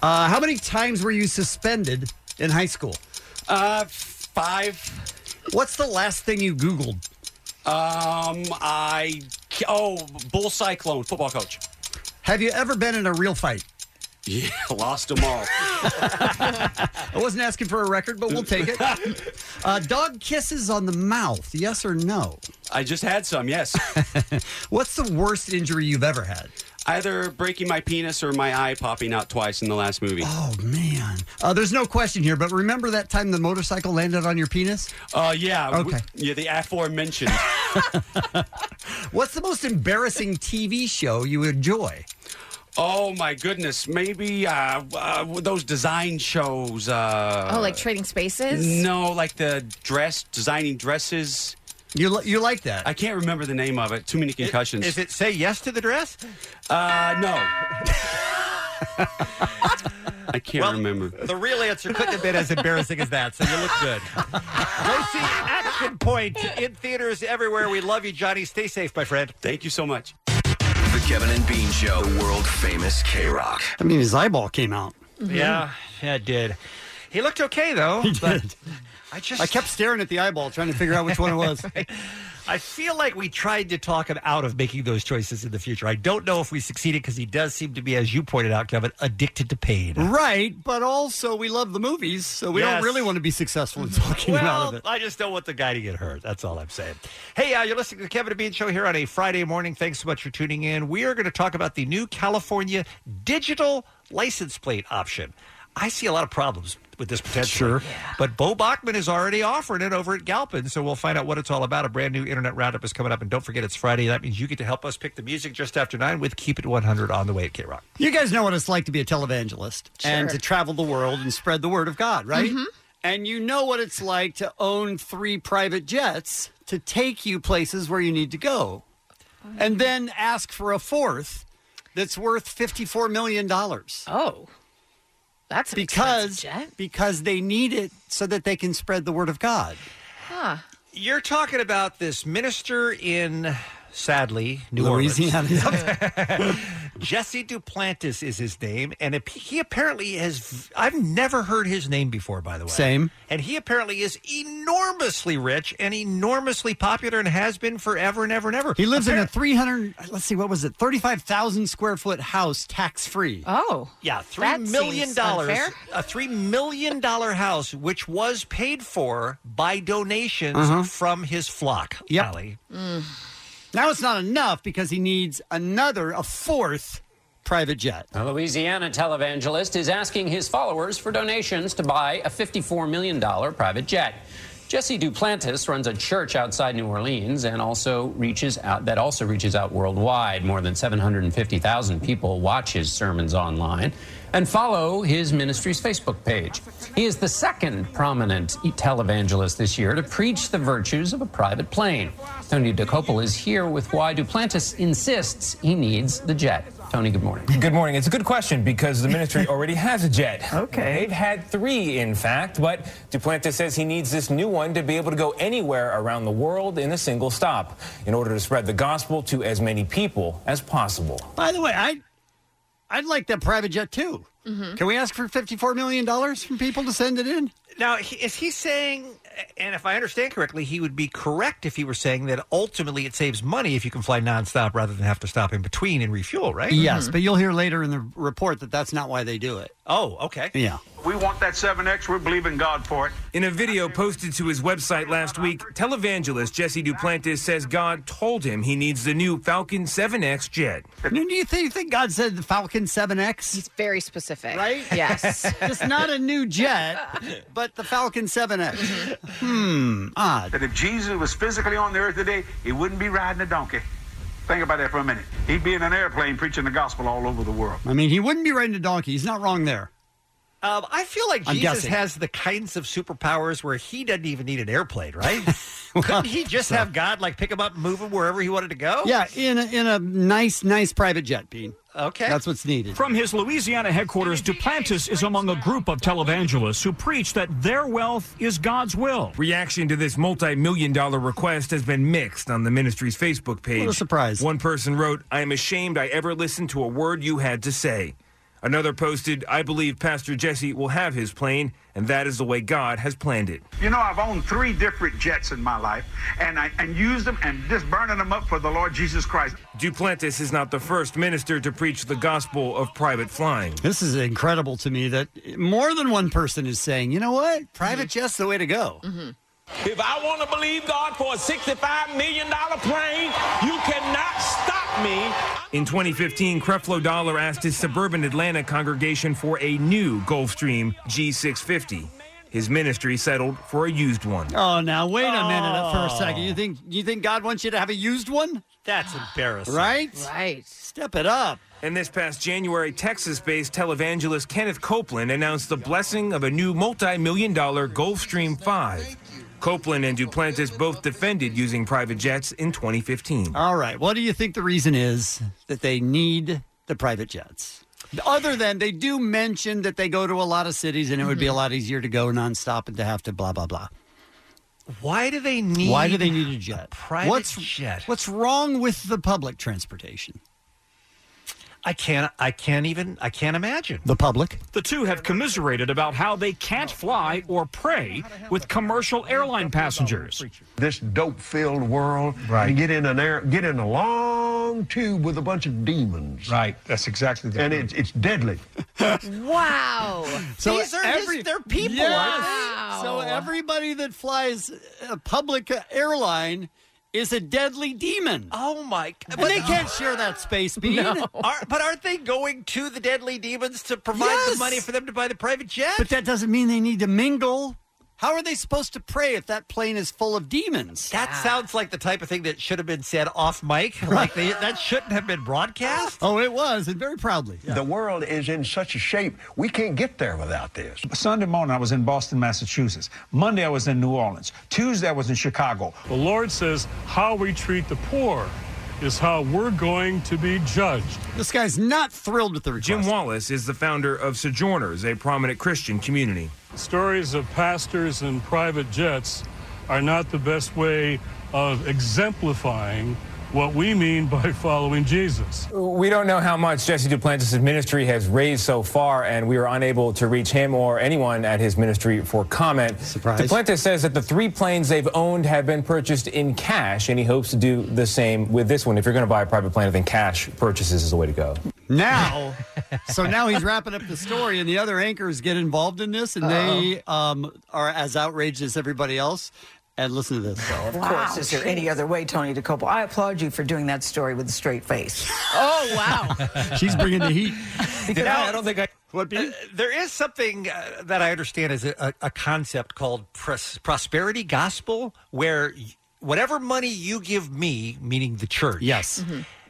Uh, how many times were you suspended in high school?
Uh, five.
What's the last thing you Googled?
Um, I oh, bull cyclone football coach.
Have you ever been in a real fight?
Yeah, lost them all.
I wasn't asking for a record, but we'll take it. Uh, dog kisses on the mouth, yes or no?
I just had some. Yes,
What's the worst injury you've ever had?
either breaking my penis or my eye popping out twice in the last movie.
Oh man, uh, there's no question here. But remember that time the motorcycle landed on your penis?
Uh, yeah. w-
Okay.
yeah, the aforementioned.
What's the most embarrassing TV show you enjoy?
oh my goodness, maybe uh, uh those design shows. Uh,
oh, like trading spaces?
No, like the dress designing dresses.
You li- you like that?
I can't remember the name of it. Too many concussions.
Is it say yes to the dress?
Uh, no. I can't
Well,
remember.
The real answer couldn't have been as embarrassing as that, so you look good. Go see Action Point in theaters everywhere. We love you, Johnny. Stay safe, my friend.
Thank you so much.
The Kevin and Bean Show, the world famous K Rock.
I mean, his eyeball came out.
Yeah, yeah, it did. He looked okay though. He did. I just
I kept staring at the eyeball, trying to figure out which one it was.
I feel like we tried to talk him out of making those choices in the future. I don't know if we succeeded because he does seem to be, as you pointed out, Kevin, addicted to pain.
Right, but also we love the movies, so we
Yes.
don't really want to be successful in talking out of
Well,
it.
I just don't want the guy to get hurt. That's all I'm saying. Hey, uh, you're listening to the Kevin and Bean Show here on a Friday morning. Thanks so much for tuning in. We are going to talk about the new California digital license plate option. I see a lot of problems with this potential. Sure. But Bo Bachman is already offering it over at Galpin, so we'll find out what it's all about. A brand new internet roundup is coming up. And don't forget, it's Friday. That means you get to help us pick the music just after 9 with Keep It 100 on the way at K Rock.
You guys know what it's like to be a televangelist and
Sure.
to travel the world and spread the word of God, right?
Mm-hmm.
And you know what it's like to own three private jets to take you places where you need to go, and
Oh.
then ask for a fourth that's worth fifty-four million dollars.
Oh, that's an
because
expensive jet.
because they need it so that they can spread the word of God.
Huh.
You're talking about this minister in, sadly, New
Louisiana.
Orleans. Jesse Duplantis is his name, and ap- he apparently has. I've never heard his name before, by the way.
Same.
And he apparently is enormously rich and enormously popular, and has been forever and ever and ever.
He lives in a 300, let's see, what was it, 35,0on square foot house tax free.
Oh.
Yeah, three million dollars, a three million dollar house, which was paid for by donations
Uh-huh.
from his flock.
Yep.
Allie.
Mm. Now it's not enough because he needs another, a fourth private jet.
A Louisiana televangelist is asking his followers for donations to buy a $54 million private jet. Jesse Duplantis runs a church outside New Orleans and also reaches out that also reaches out worldwide. More than 750,000 people watch his sermons online and follow his ministry's Facebook page. He is the second prominent televangelist this year to preach the virtues of a private plane. Tony DeCopel is here with why Duplantis insists he needs the jet. Tony, good morning.
Good morning. It's a good question because the ministry already has a jet. Okay. They've had three, in fact, but Duplantis says he needs this new one to be able to go anywhere around the world in a single stop in order to spread the gospel to as many people as possible.
By the way, I, I'd like that private jet too.
Mm-hmm.
Can we ask for $54 million from people to send it in?
Now, he- is he saying, and if I understand correctly, he would be correct if he were saying that ultimately it saves money if you can fly nonstop rather than have to stop in between and refuel, right?
Yes, but you'll hear later in the report that that's not why they do it.
Oh, okay.
Yeah.
We want that 7X. We believe in God for it. In a video posted to his website last week, televangelist Jesse Duplantis says God told him he needs the new Falcon 7X jet.
Do you think, you think God said the Falcon 7X? He's
very specific.
Right?
Yes.
Just not a new jet, but the Falcon 7X.
Mm-hmm.
Hmm, odd.
That if Jesus was physically on the earth today, he wouldn't be riding a donkey. Think about that for a minute. He'd be in an airplane preaching the gospel all over the world.
I mean, he wouldn't be riding a donkey. He's not wrong there.
Um, I feel like
I'm
Jesus
guessing.
has the kinds of superpowers where he doesn't even need an airplane, right? Couldn't he just have God like pick him up and move him wherever he wanted to go?
Oh.
Yeah, in a, in a nice, nice private jet, Bean.
Okay.
That's what's needed.
From his Louisiana headquarters, Duplantis is among a group of televangelists who preach that their wealth is God's will.
Reaction to this multi million dollar request has been mixed on the ministry's Facebook page.
What a surprise.
One person wrote, I am ashamed I ever listened to a word you had to say. Another posted, I believe Pastor Jesse will have his plane, and that is the way God has planned it.
You know, I've owned three different jets in my life, and I and used them and just burning them up for the Lord Jesus Christ.
Duplantis is not the first minister to preach the gospel of private flying.
This is incredible to me that more than one person is saying, you know what? Private jet's the way to go.
Mm-hmm. If I want to believe God for a $65 million plane, you cannot stop me.
In 2015, Creflo Dollar asked his suburban Atlanta congregation for a new Gulfstream G650. His ministry settled for a used one.
Oh, now wait a minute uh, for a second.
Oh.
You think you think God wants you to have a used one?
That's embarrassing.
Right?
Right.
Step it up.
And this past January, Texas based televangelist Kenneth Copeland announced the blessing of a new multi million dollar Gulfstream 5. Copeland and Duplantis both defended using private jets in 2015.
All right. What do you think the reason is that they need the private jets? Other than they do mention that they go to a lot of cities and it would be a lot easier to go nonstop and to have to blah blah blah.
Why do they need?
Why do they need a jet?
private
what's,
jet?
What's wrong with the public transportation?
I can't. I can't even. I can't imagine.
The public.
The two have commiserated about how they can't fly or pray with commercial airline passengers.
this dope-filled world and get in an air, get in a long tube with a bunch of demons. Right, that's exactly. The and it's it's deadly.
Wow.
So
These are
every-
his, they're people.
Yes.
aren't they?
So everybody that flies a public airline is a deadly demon.
Oh my!
And they can't share that space, Bean.
Are, but aren't they going to the deadly demons to provide
Yes.
the money for them to buy the private jet?
But that doesn't mean they need to mingle. How are they supposed to pray if that plane is full of demons?
That sounds like the type of thing that should have been said off mic. Like they, that shouldn't have been broadcast.
Oh, it was, and very proudly.
The world is in such a shape we can't get there without this.
Sunday morning, I was in Boston, Massachusetts. Monday, I was in New Orleans. Tuesday, I was in Chicago.
The Lord says how we treat the poor is how we're going to be judged.
This guy's not thrilled with the
Jim Wallace is the founder of Sojourners, a prominent Christian community.
Stories of pastors and private jets are not the best way of exemplifying what we mean by following Jesus.
We don't know how much Jesse Duplantis' ministry has raised so far, and we were unable to reach him or anyone at his ministry for comment. Surprise. Duplantis says that the three planes they've owned have been purchased in cash, and he hopes to do the same with this one. If you're going to buy a private plane, I think cash purchases is the way to go.
Now, so now he's wrapping up the story, and the other anchors get involved in this, and they um, are as outraged as everybody else. And listen to this.
Of course, is there any other way, Tony DeCopo? I applaud you for doing that story with a straight face.
Oh wow!
She's bringing the heat.
Did I- I don't
think I. What
Uh, there is something uh, that I understand is a, a, a concept called pros- prosperity gospel, where y- whatever money you give me, meaning the church,
yes,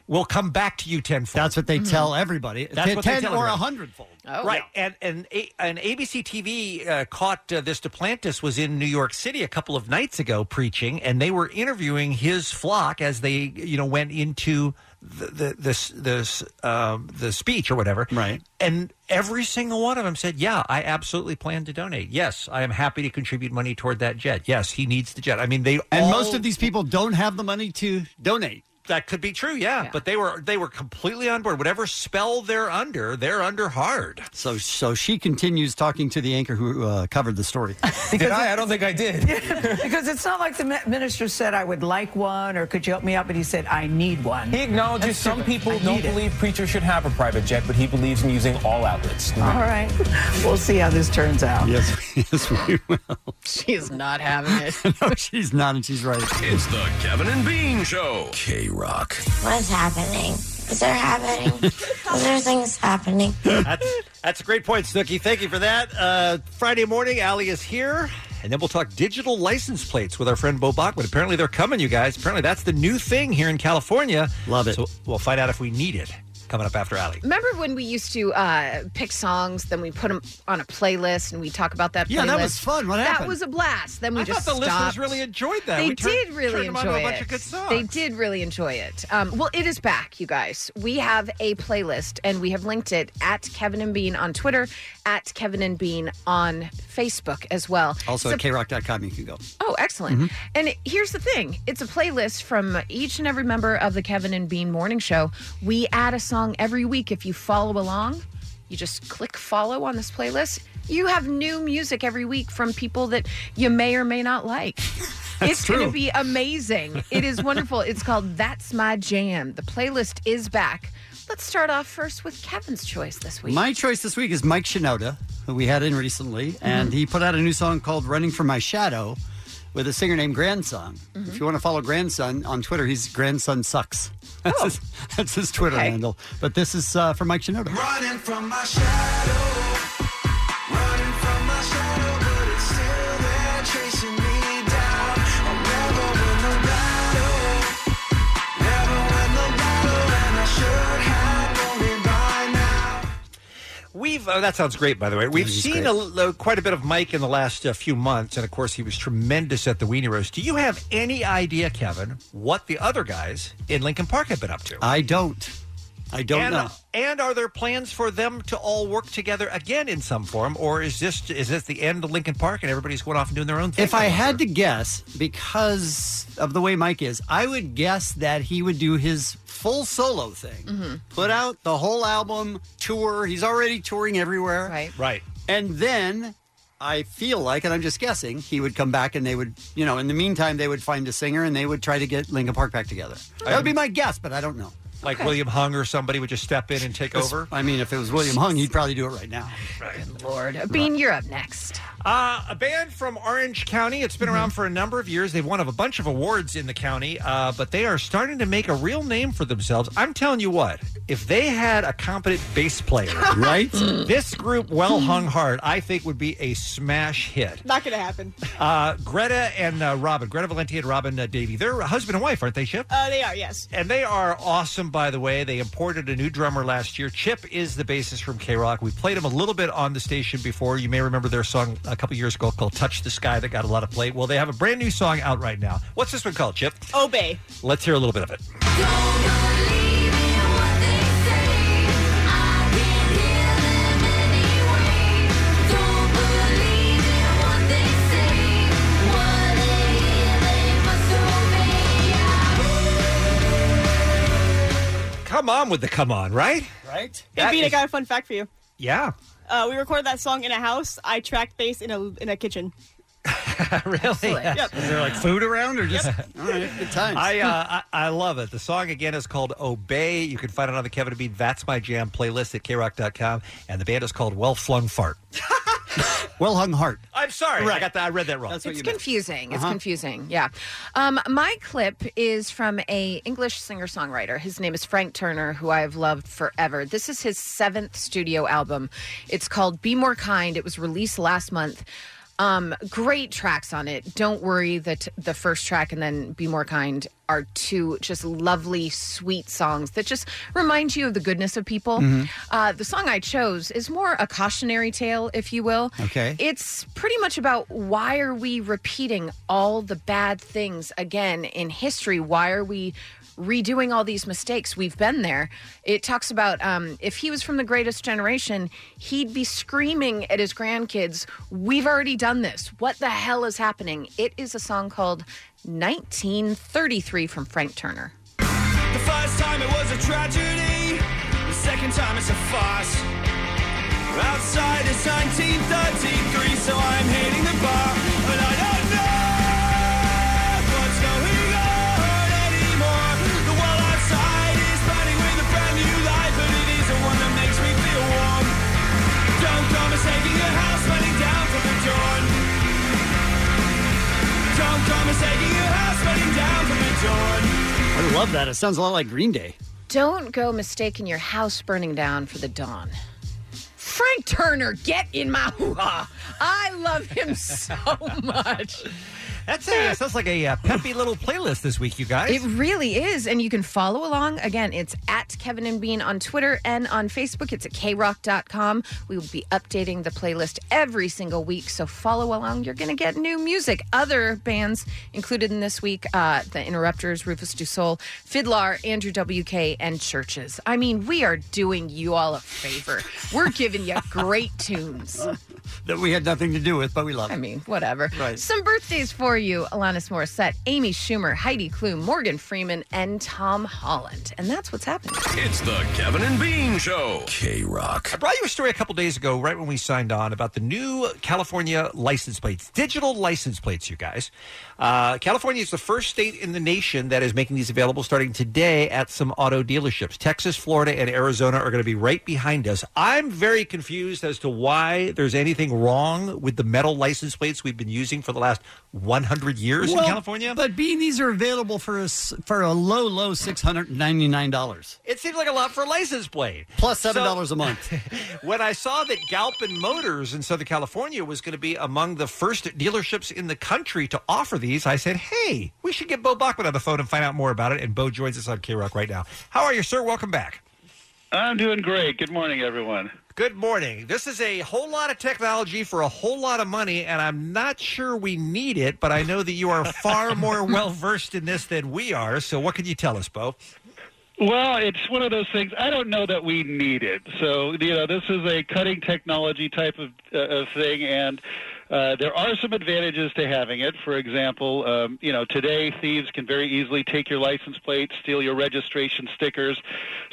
will come back to you tenfold.
That's what they
Mm-hmm.
tell everybody.
That's what they
ten
tell
or a
everybody.
hundredfold.
right, and and a, an ABC TV uh, caught uh, this Duplantis was in New York City a couple of nights ago preaching, and they were interviewing his flock as they you know went into the the this this um, the speech or whatever. Right, and every single one of them said, "Yeah, I absolutely plan to donate. Yes, I am happy to contribute money toward that jet. Yes, he needs the jet. I mean, they
And
all-
most of these people don't have the money to donate.
that could be true, yeah, But they were they were completely on board. Whatever spell they're under, they're under hard.
So, so she continues talking to the anchor who uh, covered the story.
Because I?
don't think I did.
because it's not like the mi- minister said, I would like one or could you help me out, but he said, I need one.
He acknowledges
That's
some
different.
people
I
don't
need it.
believe preachers should have a private jet, but he believes in using all outlets.
All right. We'll see how this turns out.
Yes, yes, we will.
She is not having it.
no, she's not, and she's right.
It's the Kevin and Bean Show. K Rock.
What's happening? Is there happening? Is there things happening?
that's, that's a great point, Snooky. Thank you for that. Uh, Friday morning, Ali is here, and then we'll talk digital license plates with our friend Bo Bachman. Apparently, they're coming, you guys. Apparently, that's the new thing here in California. Love it. So we'll find out if we need it. Coming up after Ali.
Remember when we used to uh, pick songs, then we put them on a playlist, and we talk about that.
Yeah, that was
playlist?
fun. What
that
happened?
was a blast. Then we
I
just
thought the
stopped.
listeners really enjoyed that.
They
We turned-
did really
turned them onto
enjoy
a bunch
it.
of good songs.
They did really enjoy it. Um, well, it is back, you guys. We have a playlist, and we have linked it at Kevin and Bean on Twitter, at Kevin and Bean on Facebook as well.
Also
So-
at krock.com, you can go.
Oh, excellent.
Mm-hmm.
Mhm.
And it- here's the thing it's a playlist from each and every member of the Kevin and Bean Morning Show. We add a song every week. If you follow along, you just click follow on this playlist. You have new music every week from people that you may or may not like.
That's
it's going to
true.
be amazing. It is wonderful. it's called That's My Jam. The playlist is back. Let's start off first with Kevin's choice this week.
My choice this week is Mike Shinoda, who we had in recently, and he put out a new song called Running for My Shadow with a singer named Grandson. If you want to follow Grandson on Twitter, he's Grandson Sucks. That's, his, that's his Twitter handle. But this is uh, from Mike Shinoda.
Running from my shadow. Running from my shadow, but it's still there chasing me down. I'll never win the battle. Never win the battle, and I should have known it by now.
We've oh, that sounds great. By the way, we've
he's
seen a, lo- quite a bit of Mike in the last uh, few months, and of course, he was tremendous at the Weenie Roast. Do you have any idea, Kevin, what the other guys in Lincoln Park have been up to?
I don't. I don't
and, uh,
know.
And are there plans for them to all work together again in some form, or is this is this the end of Lincoln Park and everybody's going off and doing their own thing?
If I had to guess, because of the way Mike is, I would guess that he would do his full solo thing. Put out the whole album, tour. He's already touring everywhere. Right.
Right.
And then I feel like, and I'm just guessing, he would come back and they would, you know, in the meantime, they would find a singer and they would try to get Linkin Park back together. That would be my guess, but I don't know.
like William Hung or somebody would just step in and take
This-
over.
I mean, if it was William Hung, he'd probably do it right now.
Good
Lord. Bean, you're up next.
Uh, a band from Orange County. It's been around for a number of years. They've won a bunch of awards in the county, uh, but they are starting to make a real name for themselves. I'm telling you what, if they had a competent bass player,
right?
This group, Well Hung Hard, I think would be a smash hit.
Not going to happen.
Uh, Greta and uh, Robin, Greta Valenti and Robin uh, Davey, they're husband and wife, aren't they, Chip?
Uh, they are, yes.
And they are awesome, by the way. They imported a new drummer last year. Chip is the bassist from K Rock. We played him a little bit on the station before. You may remember their song a couple years ago called Touch the Sky that got a lot of play. Well, they have a brand new song out right now. What's this one called, Chip?
Obey.
Let's hear a little bit of it. Come on with the come on, right?
Right? Hey,
That
Bean, I
is-
got a fun fact for you.
Yeah.
Uh, we recorded that song in a house. I tracked bass in a in a kitchen.
really?
Yep.
Is there like food around or just
all right? Good times.
I, uh, I I love it. The song again is called "Obey." You can find it on the Kevin and Bean "That's My Jam" playlist at krock.com, and the band is called Well Flung Fart.
well Hung Heart.
I'm sorry, I got that. I read that wrong.
it's confusing. It's
Uh-huh.
confusing. Yeah. Um, my clip is from a English singer songwriter. His name is Frank Turner, who I have loved forever. This is his seventh studio album. It's called "Be More Kind." It was released last month. Um, great tracks on it. Don't worry that the first track and then "Be More Kind" are two just lovely, sweet songs that just remind you of the goodness of people.
Mhm.
Uh, the song I chose is more a cautionary tale, if you will.
Okay.
It's pretty much about why are we repeating all the bad things again in history? Why are we redoing all these mistakes? We've been there. It talks about um, if he was from the greatest generation, he'd be screaming at his grandkids, We've already done this. What the hell is happening? It is a song called 1933 from Frank Turner.
The first time it was a tragedy, the second time it's a farce. Outside it's 1933, so I'm hitting the bar, but I don't know what's going on anymore. The world outside is burning with a brand new light, but it is the one that makes me feel warm. Don't come a saving your house, burning down from the dawn. Don't come a saving your house, burning down from the dawn.
I love that. It sounds a lot like Green Day.
Don't go mistaking your house burning down for the dawn. Frank Turner, get in my hoo ha! I love him so much.
That's a, sounds like a uh, peppy little playlist this week, you guys.
It really is. And you can follow along. Again, it's at Kevin and Bean on Twitter and on Facebook. It's at krock.com. We will be updating the playlist every single week. So follow along. You're going to get new music. Other bands included in this week uh, The Interrupters, Rufus Du Sol, Fiddlar, Andrew W.K., and Churches. I mean, we are doing you all a favor. We're giving you great tunes.
that we had nothing to do with, but we love it. I
mean, whatever.
Right.
Some birthdays for you Alanis Morissette, Amy Schumer, Heidi Klum, Morgan Freeman, and Tom Holland. And that's what's happening.
It's the Kevin and Bean Show.
K Rock. I brought you a story a couple days ago, right when we signed on, about the new California license plates, digital license plates, you guys. Uh, California is the first state in the nation that is making these available starting today at some auto dealerships. Texas, Florida, and Arizona are going to be right behind us. I'm very confused as to why there's anything wrong with the metal license plates we've been using for the last 100 years in California.
But being these are available for a, s- for a low, low six hundred ninety nine dollars
It seems like a lot for a license plate.
plus seven
So-
dollars a month.
when I saw that Galpin Motors in Southern California was going to be among the first dealerships in the country to offer these, I said, hey, we should get Bo Bachman on the phone and find out more about it. And Bo joins us on K Rock right now. How are you, sir? Welcome back.
I'm doing great. Good morning, everyone.
Good morning. This is a whole lot of technology for a whole lot of money, and I'm not sure we need it, but I know that you are far more well versed in this than we are. So, what can you tell us, Bo?
Well, it's one of those things. I don't know that we need it. So you know, this is a cutting technology type of, uh, of thing, and uh, there are some advantages to having it. For example, um, you know, today thieves can very easily take your license plate, steal your registration stickers.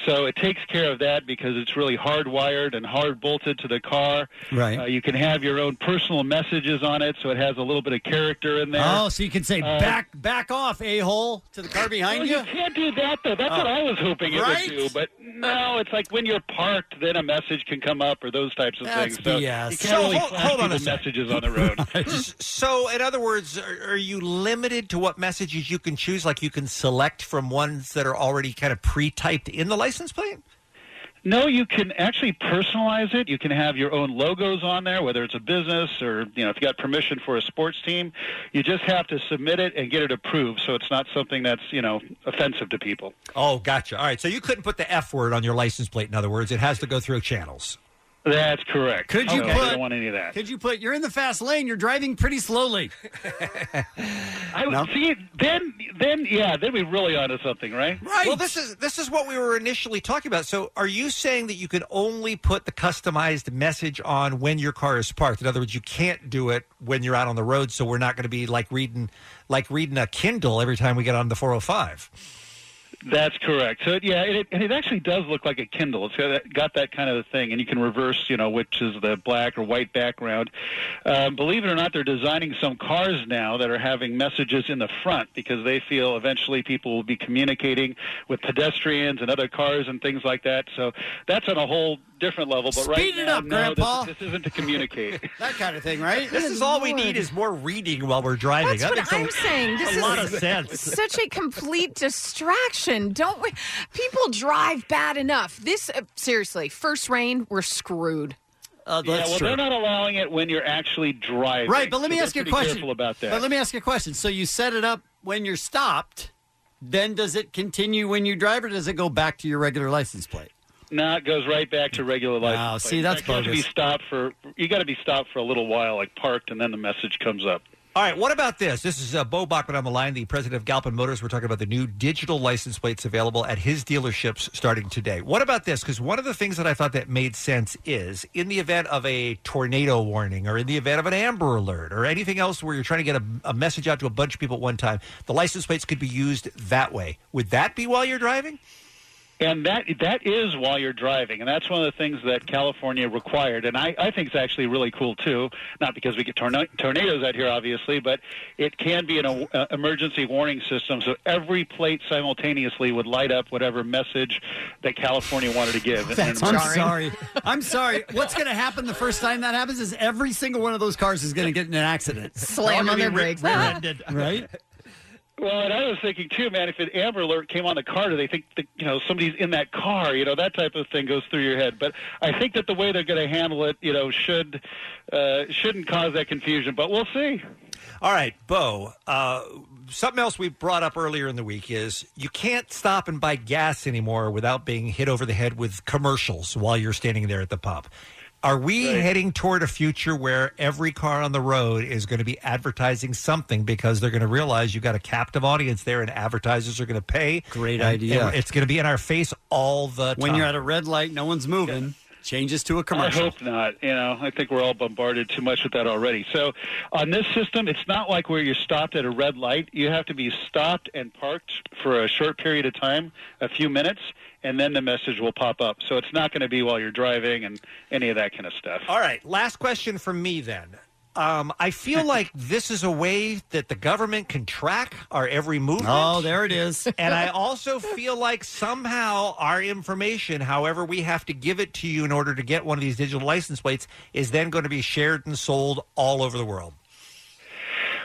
So it takes care of that because it's really hardwired and hard bolted to the car.
Right.
Uh, you can have your own personal messages on it, so it has a little bit of character in there.
Oh, so you can say
Uh,
back back off, a hole, to the car behind
Well,
you. Oh.
you can't do that though. That's
Oh.
what I was hoping it
right?
would do, but no, it's like when you're parked, then a message can come up or those types of
That's
things. So
BS.
you can't
So
really
hold-
flash
hold on a
people
sec.
messages on the road.
so, in other words, are, are you limited to what messages you can choose? Like you can select from ones that are already kind of pre-typed in the license plate?
No, you can actually personalize it. You can have your own logos on there, whether it's a business or you know if you got permission for a sports team. You just have to submit it and get it approved, so it's not something that's you know offensive to people.
Oh, gotcha. All right. So you couldn't put the F word on your license plate. In other words, it has to go through channels.
That's correct.
Could you
So
put?
I don't want any of that.
Could you put? You're in the fast lane. You're driving pretty slowly.
I would see then then yeah then we really onto something, right?
Well, this is this is what we were initially talking about. So, are you saying that you can only put the customized message on when your car is parked? In other words, you can't do it when you're out on the road. So, we're not going to be like reading like reading a Kindle every time we get on the 405.
That's correct. So yeah, and it, and it actually does look like a Kindle. It's got that, got that kind of thing, and you can reverse, you know, which is the black or white background. Um, believe it or not, they're designing some cars now that are having messages in the front because they feel eventually people will be communicating with pedestrians and other cars and things like that. So that's on a whole different level. But right
Speed it
now,
up,
no, this-
Grandpa.
This, isn't to communicate.
that kind of thing, right?
This is all we need is more reading while we're driving.
That's
That
what
makes a-
I'm saying. This
a
is
lot of sense.
such a complete distraction. Don't we? People drive bad enough. This, uh, seriously, first rain, we're screwed.
yeah, well, they're not allowing it when you're actually driving.
Uh, Right, but let me
so
ask you
they're
a
pretty
question.
Careful about that.
But let me ask you a question. So you set it up when you're stopped. Then does it continue when you drive, or does it go back to your regular license plate?
No, it goes right back to regular life.
Wow, see, that's
you have to be
bogus.
stopped for you got to be stopped for a little while, like parked, and then the message comes up.
All right, what about this? This is uh, Bo Bachman on the line, the president of Galpin Motors. We're talking about the new digital license plates available at his dealerships starting today. What about this? Because one of the things that I thought that made sense is in the event of a tornado warning or in the event of an amber alert or anything else where you're trying to get a, a message out to a bunch of people at one time, the license plates could be used that way. Would that be while you're driving?
And that that is while you're driving, and that's one of the things that California required, and I, I think it's actually really cool too. Not because we get torna- tornadoes out here, obviously, but it can be an a, uh, emergency warning system. So every plate simultaneously would light up whatever message that California wanted to give. in an
That's I'm
emergency.
sorry. I'm sorry. What's going to happen the first time that happens is every single one of those cars is going to get in an accident.
Slam on their brakes.
right?
Well, and I was thinking too, man. If an Amber Alert came on the car, do they think that you know somebody's in that car? You know that type of thing goes through your head. But I think that the way they're going to handle it, you know, should uh, shouldn't cause that confusion. But we'll see.
All right, Bo. Uh, something else we brought up earlier in the week is you can't stop and buy gas anymore without being hit over the head with commercials while you're standing there at the pump. Are we heading toward a future where every car on the road is going to be advertising something because they're going to realize you've got a captive audience there and advertisers are going to pay? Great
idea.
it's going to be in our face all the time.
When you're at a red light, no one's moving. Changes to a commercial.
I hope not. You know, I think we're all bombarded too much with that already. So, on this system, it's not like where you're stopped at a red light. You have to be stopped and parked for a short period of time, a few minutes, and then the message will pop up. So it's not going to be while you're driving and any of that kind of stuff.
All right, last question from me then. Um, I feel like this is a way that the government can track our every movement.
Oh, there it is.
and I also feel like somehow our information, however we have to give it to you in order to get one of these digital license plates, is then going to be shared and sold all over the world.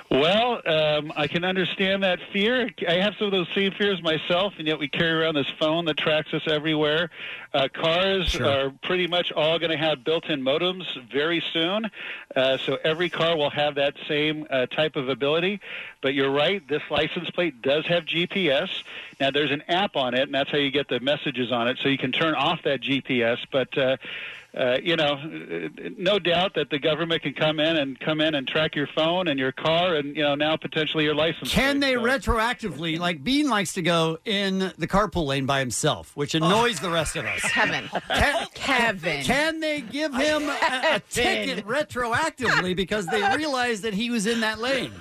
Well, um, I can understand that fear. I have some of those same fears myself, and yet we carry around this phone that tracks us everywhere. Uh, cars are pretty much all going to have built-in modems very soon, uh, so every car will have that same uh, type of ability. But you're right, this license plate does have GPS. Now there's an app on it, and that's how you get the messages on it, so you can turn off that GPS. But uh, uh, you know, uh, no doubt that the government can come in and come in and track your phone and your car and you know now potentially your license.
Can they retroactively, like Bean likes to go in the carpool lane by himself, which annoys the rest of us?
Kevin. Kevin.
Can they give him a, a ticket retroactively because they realized that he was in that lane?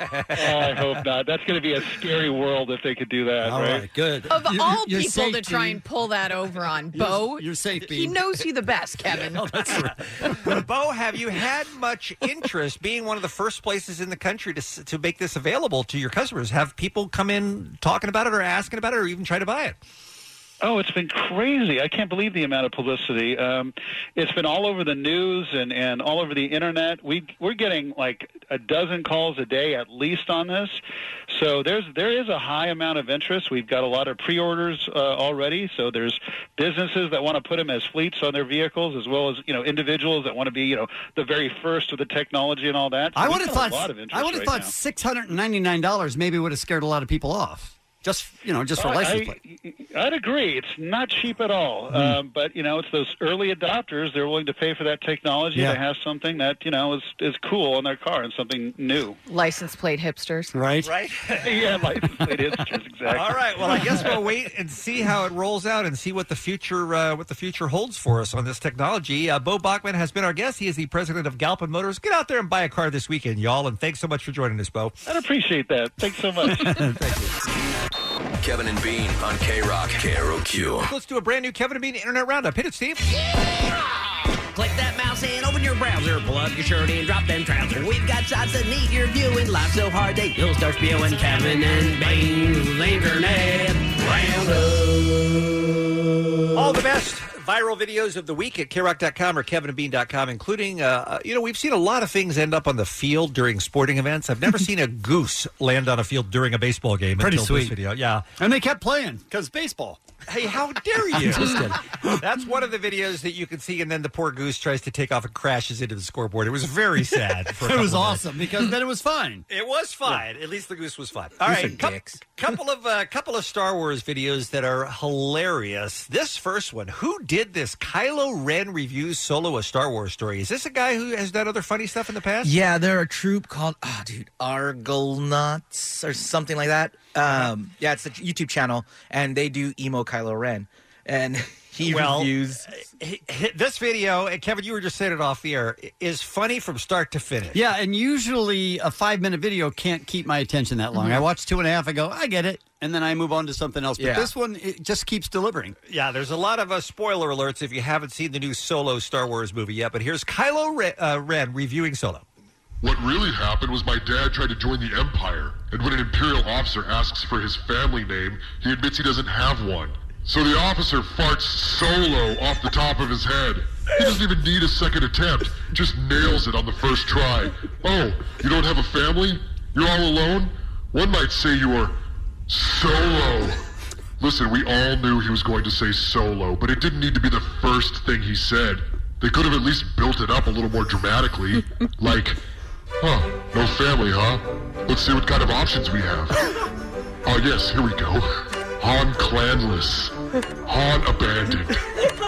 Oh, I hope not. That's going to be a scary world if they could do that.
All
right?
right, good.
Of all people to try and pull that over on, Bo,
you're safe,
He
Bean.
knows you the best, Kevin.
Bo, have you had much interest being one of the first places in the country to, s- to make this available to your customers? Have people come in talking about it or asking about it or even try to buy it?
Oh, it's been crazy. I can't believe the amount of publicity. Um, it's been all over the news and, and all over the internet. We we're getting like a dozen calls a day at least on this. So there's there is a high amount of interest. We've got a lot of pre-orders uh, already. So there's businesses that want to put them as fleets on their vehicles, as well as you know individuals that want to be you know the very first of the technology and all that. So
I
we've
would have
got
thought.
a lot of interest
I would have
right
thought
now.
six hundred and ninety nine dollars maybe would have scared a lot of people off. Just you know, just for
Oh, I-
license
I-
plate. Hmm.
I'd agree. It's not cheap at all. Um, but you know, it's those early adopters. They're willing to pay for that technology
Yeah.
to have something that you know is is cool on their car and something new.
License plate hipsters.
Right.
Right.
yeah, like it is just exactly.
All right. Well, I guess we'll wait and see how it rolls out and see what the future uh, what the future holds for us on this technology. Uh, Bo Bachman has been our guest. He is the president of Galpin Motors. Get out there and buy a car this weekend, y'all. And thanks so much for joining us, Bo.
I'd appreciate that. Thanks so much.
Kevin and Bean on K Rock KROQ.
Let's do a brand new Kevin and Bean Internet Roundup. Hit it, Steve.
Click that mouse and open your browser. Pull up your shirt and drop them trousers. We've got shots that need your viewing. Live so hard that you'll start spewing. Kevin and Bean, internet roundup.
All the best viral videos of the week at krock.com or kevinandbean.com, including, uh, uh, you know, we've seen a lot of things end up on the field during sporting events. I've never seen a goose land on a field during a baseball game.
Pretty
until
sweet.
This video. Yeah.
And they kept playing because baseball.
Hey, how dare you? That's one of the videos that you can see, and then the poor goose tries to take off and crashes into the scoreboard. It was very sad. For a
it was
couple of
awesome because then it was fine.
It was fine. At least the goose was fine. All right, cou- couple of uh, couple of Star Wars videos that are hilarious. This first one, who did this? Kylo Ren reviews solo a Star Wars story. Is this a guy who has done other funny stuff in the past?
Yeah, they're a troop called
ah,
oh dude, Argonauts or something like that.
Uh-huh.
Um yeah, it's a YouTube channel and they do emo Kylo Ren. And he
Well,
reviews
uh,
H- h- This video, and Kevin, you were just saying it off the air, i- is funny from start to finish.
Yeah, and usually a five minute video can't keep my attention that long.
Mhm.
I watch two and a half, I go, I get it, and then I move on to something else. But
Yeah.
this one, it just keeps delivering.
Yeah, there's a lot of uh, spoiler alerts if you haven't seen the new Solo Star Wars movie yet. But here's Kylo Ren, uh, Ren reviewing Solo.
What really happened was my dad tried to join the Empire, and when an Imperial officer asks for his family name, he admits he doesn't have one. So the officer farts solo off the top of his head. He doesn't even need a second attempt, just nails it on the first try. Oh, you don't have a family? You're all alone? One might say you are solo. Listen, we all knew he was going to say solo, but it didn't need to be the first thing he said. They could have at least built it up a little more dramatically. like, huh, No family, huh? Let's see what kind of options we have. Oh, yes, here we go. Han clanless. Han abandoned.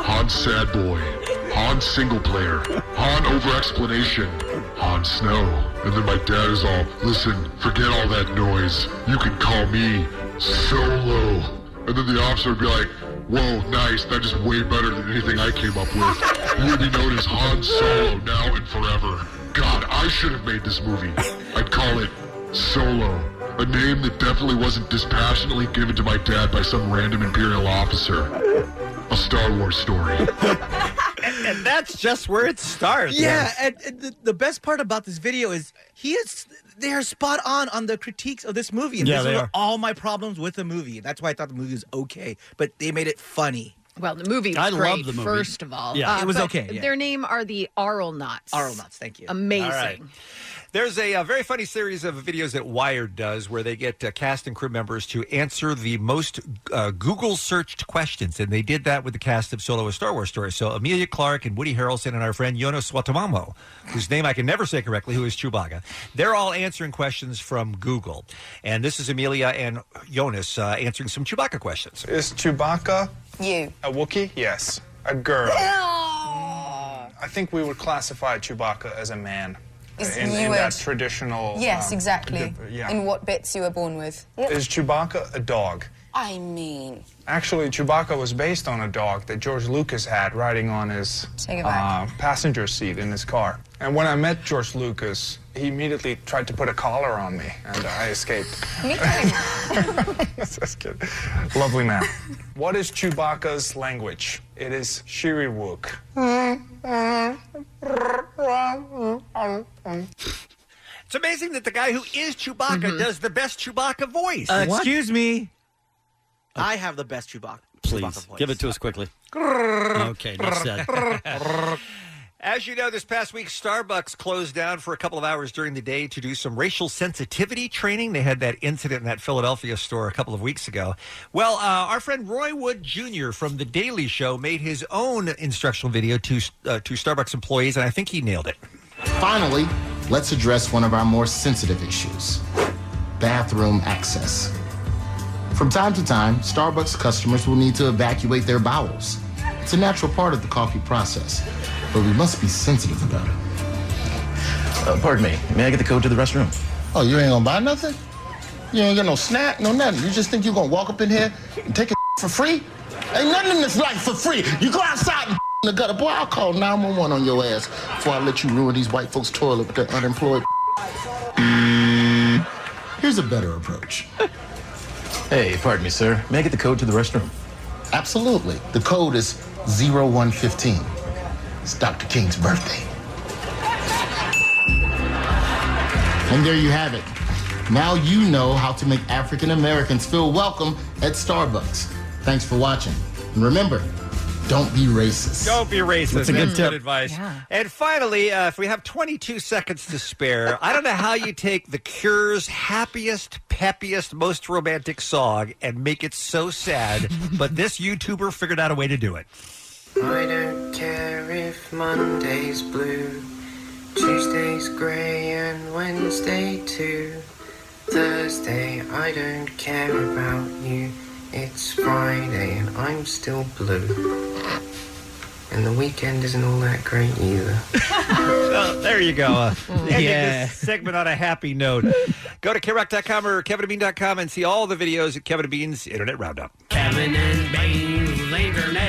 Han sad boy. Han single player. Han over explanation. Han Snow. And then my dad is all, listen, forget all that noise. You can call me Solo. And then the officer would be like, whoa, nice. That is way better than anything I came up with. You would be known as Han Solo now and forever. God, I should have made this movie. I'd call it Solo. A name that definitely wasn't dispassionately given to my dad by some random Imperial officer. A Star Wars story.
and, and that's just where it starts.
Yeah, and, and the, the best part about this video is he is they are spot on on the critiques of this movie. And
Yeah,
these
they
were
are.
all my problems with the movie. That's why I thought the movie was okay, but they made it funny.
Well, the movie was
I love
great,
the movie.
first of all.
Uh,
Uh,
Yeah. It was
but
okay, yeah.
Their name are the Arl Knots.
Arl Knots, thank you.
Amazing.
All right. There's a, uh very funny series of videos that Wired does where they get uh, cast and crew members to answer the most uh, Google searched questions. And they did that with the cast of Solo a Star Wars story. So Amelia Clark and Woody Harrelson and our friend Yono Swatamamo, whose name I can never say correctly, who is Chewbacca. They're all answering questions from Google. And this is Amelia and Jonas uh, answering some Chewbacca questions.
Is Chewbacca you a Wookiee? Yes, a girl.
Oh,
I think we would classify Chewbacca as a man
Is-
in,
you
in
would.
that traditional.
Yes,
um,
exactly.
dip- yeah.
In what bits you were born with.
Is Chewbacca a dog?
I mean,
Actually, Chewbacca was based on a dog that George Lucas had riding on his
Take it back.
uh, passenger seat in his car. And when I met George Lucas, he immediately tried to put a collar on me, and I escaped.
me too.
Just kidding. Lovely man. what is Chewbacca's language? It is Shiriwook.
It's amazing that the guy who is Chewbacca does the best Chewbacca voice.
Mm-hmm. Uh, excuse me. I have the best Chewbacca.
Please give it to us quickly. okay, that's that.
As you know, this past week, Starbucks closed down for a couple of hours during the day to do some racial sensitivity training. They had that incident in that Philadelphia store a couple of weeks ago. Well, uh, our friend Roy Wood Jr. from The Daily Show made his own instructional video to uh, to Starbucks employees, and I think he nailed it.
Finally, let's address one of our more sensitive issues bathroom access. From time to time, Starbucks customers will need to evacuate their bowels. It's a natural part of the coffee process, but we must be sensitive about it. Uh, pardon me, may I get the code to the restroom? Oh, you ain't gonna buy nothing? You ain't get no snack, no nothing. You just think you gonna walk up in here and take a for free? Ain't nothing in this life for free. You go outside and in the gutter. Boy, I'll call 911 on your ass before I let you ruin these white folks' toilet with their unemployed. Mm, Here's a better approach. Hey, pardon me, sir. May I get the code to the restroom? Absolutely. The code is 0115. It's Dr. King's birthday. And there you have it. Now you know how to make African Americans feel welcome at Starbucks. Thanks for watching. And remember, don't be racist.
Don't be racist.
That's a good tip.
advice. And finally, uh, if we have 22 seconds to spare, I don't know how you take The Cure's happiest, peppiest, most romantic song and make it so sad, but this YouTuber figured out a way to do it.
I don't care if Monday's blue, Tuesday's grey, and Wednesday too. Thursday, I don't care about you. It's Friday, and I'm still blue. And the weekend isn't all that great either.
So there you go. Uh, ending
Yeah.
this segment on a happy note. Go to krock.com or kevinandbean.com and see all the videos at Kevin and Bean's Internet Roundup.
Kevin and Bane's Internet Roundup.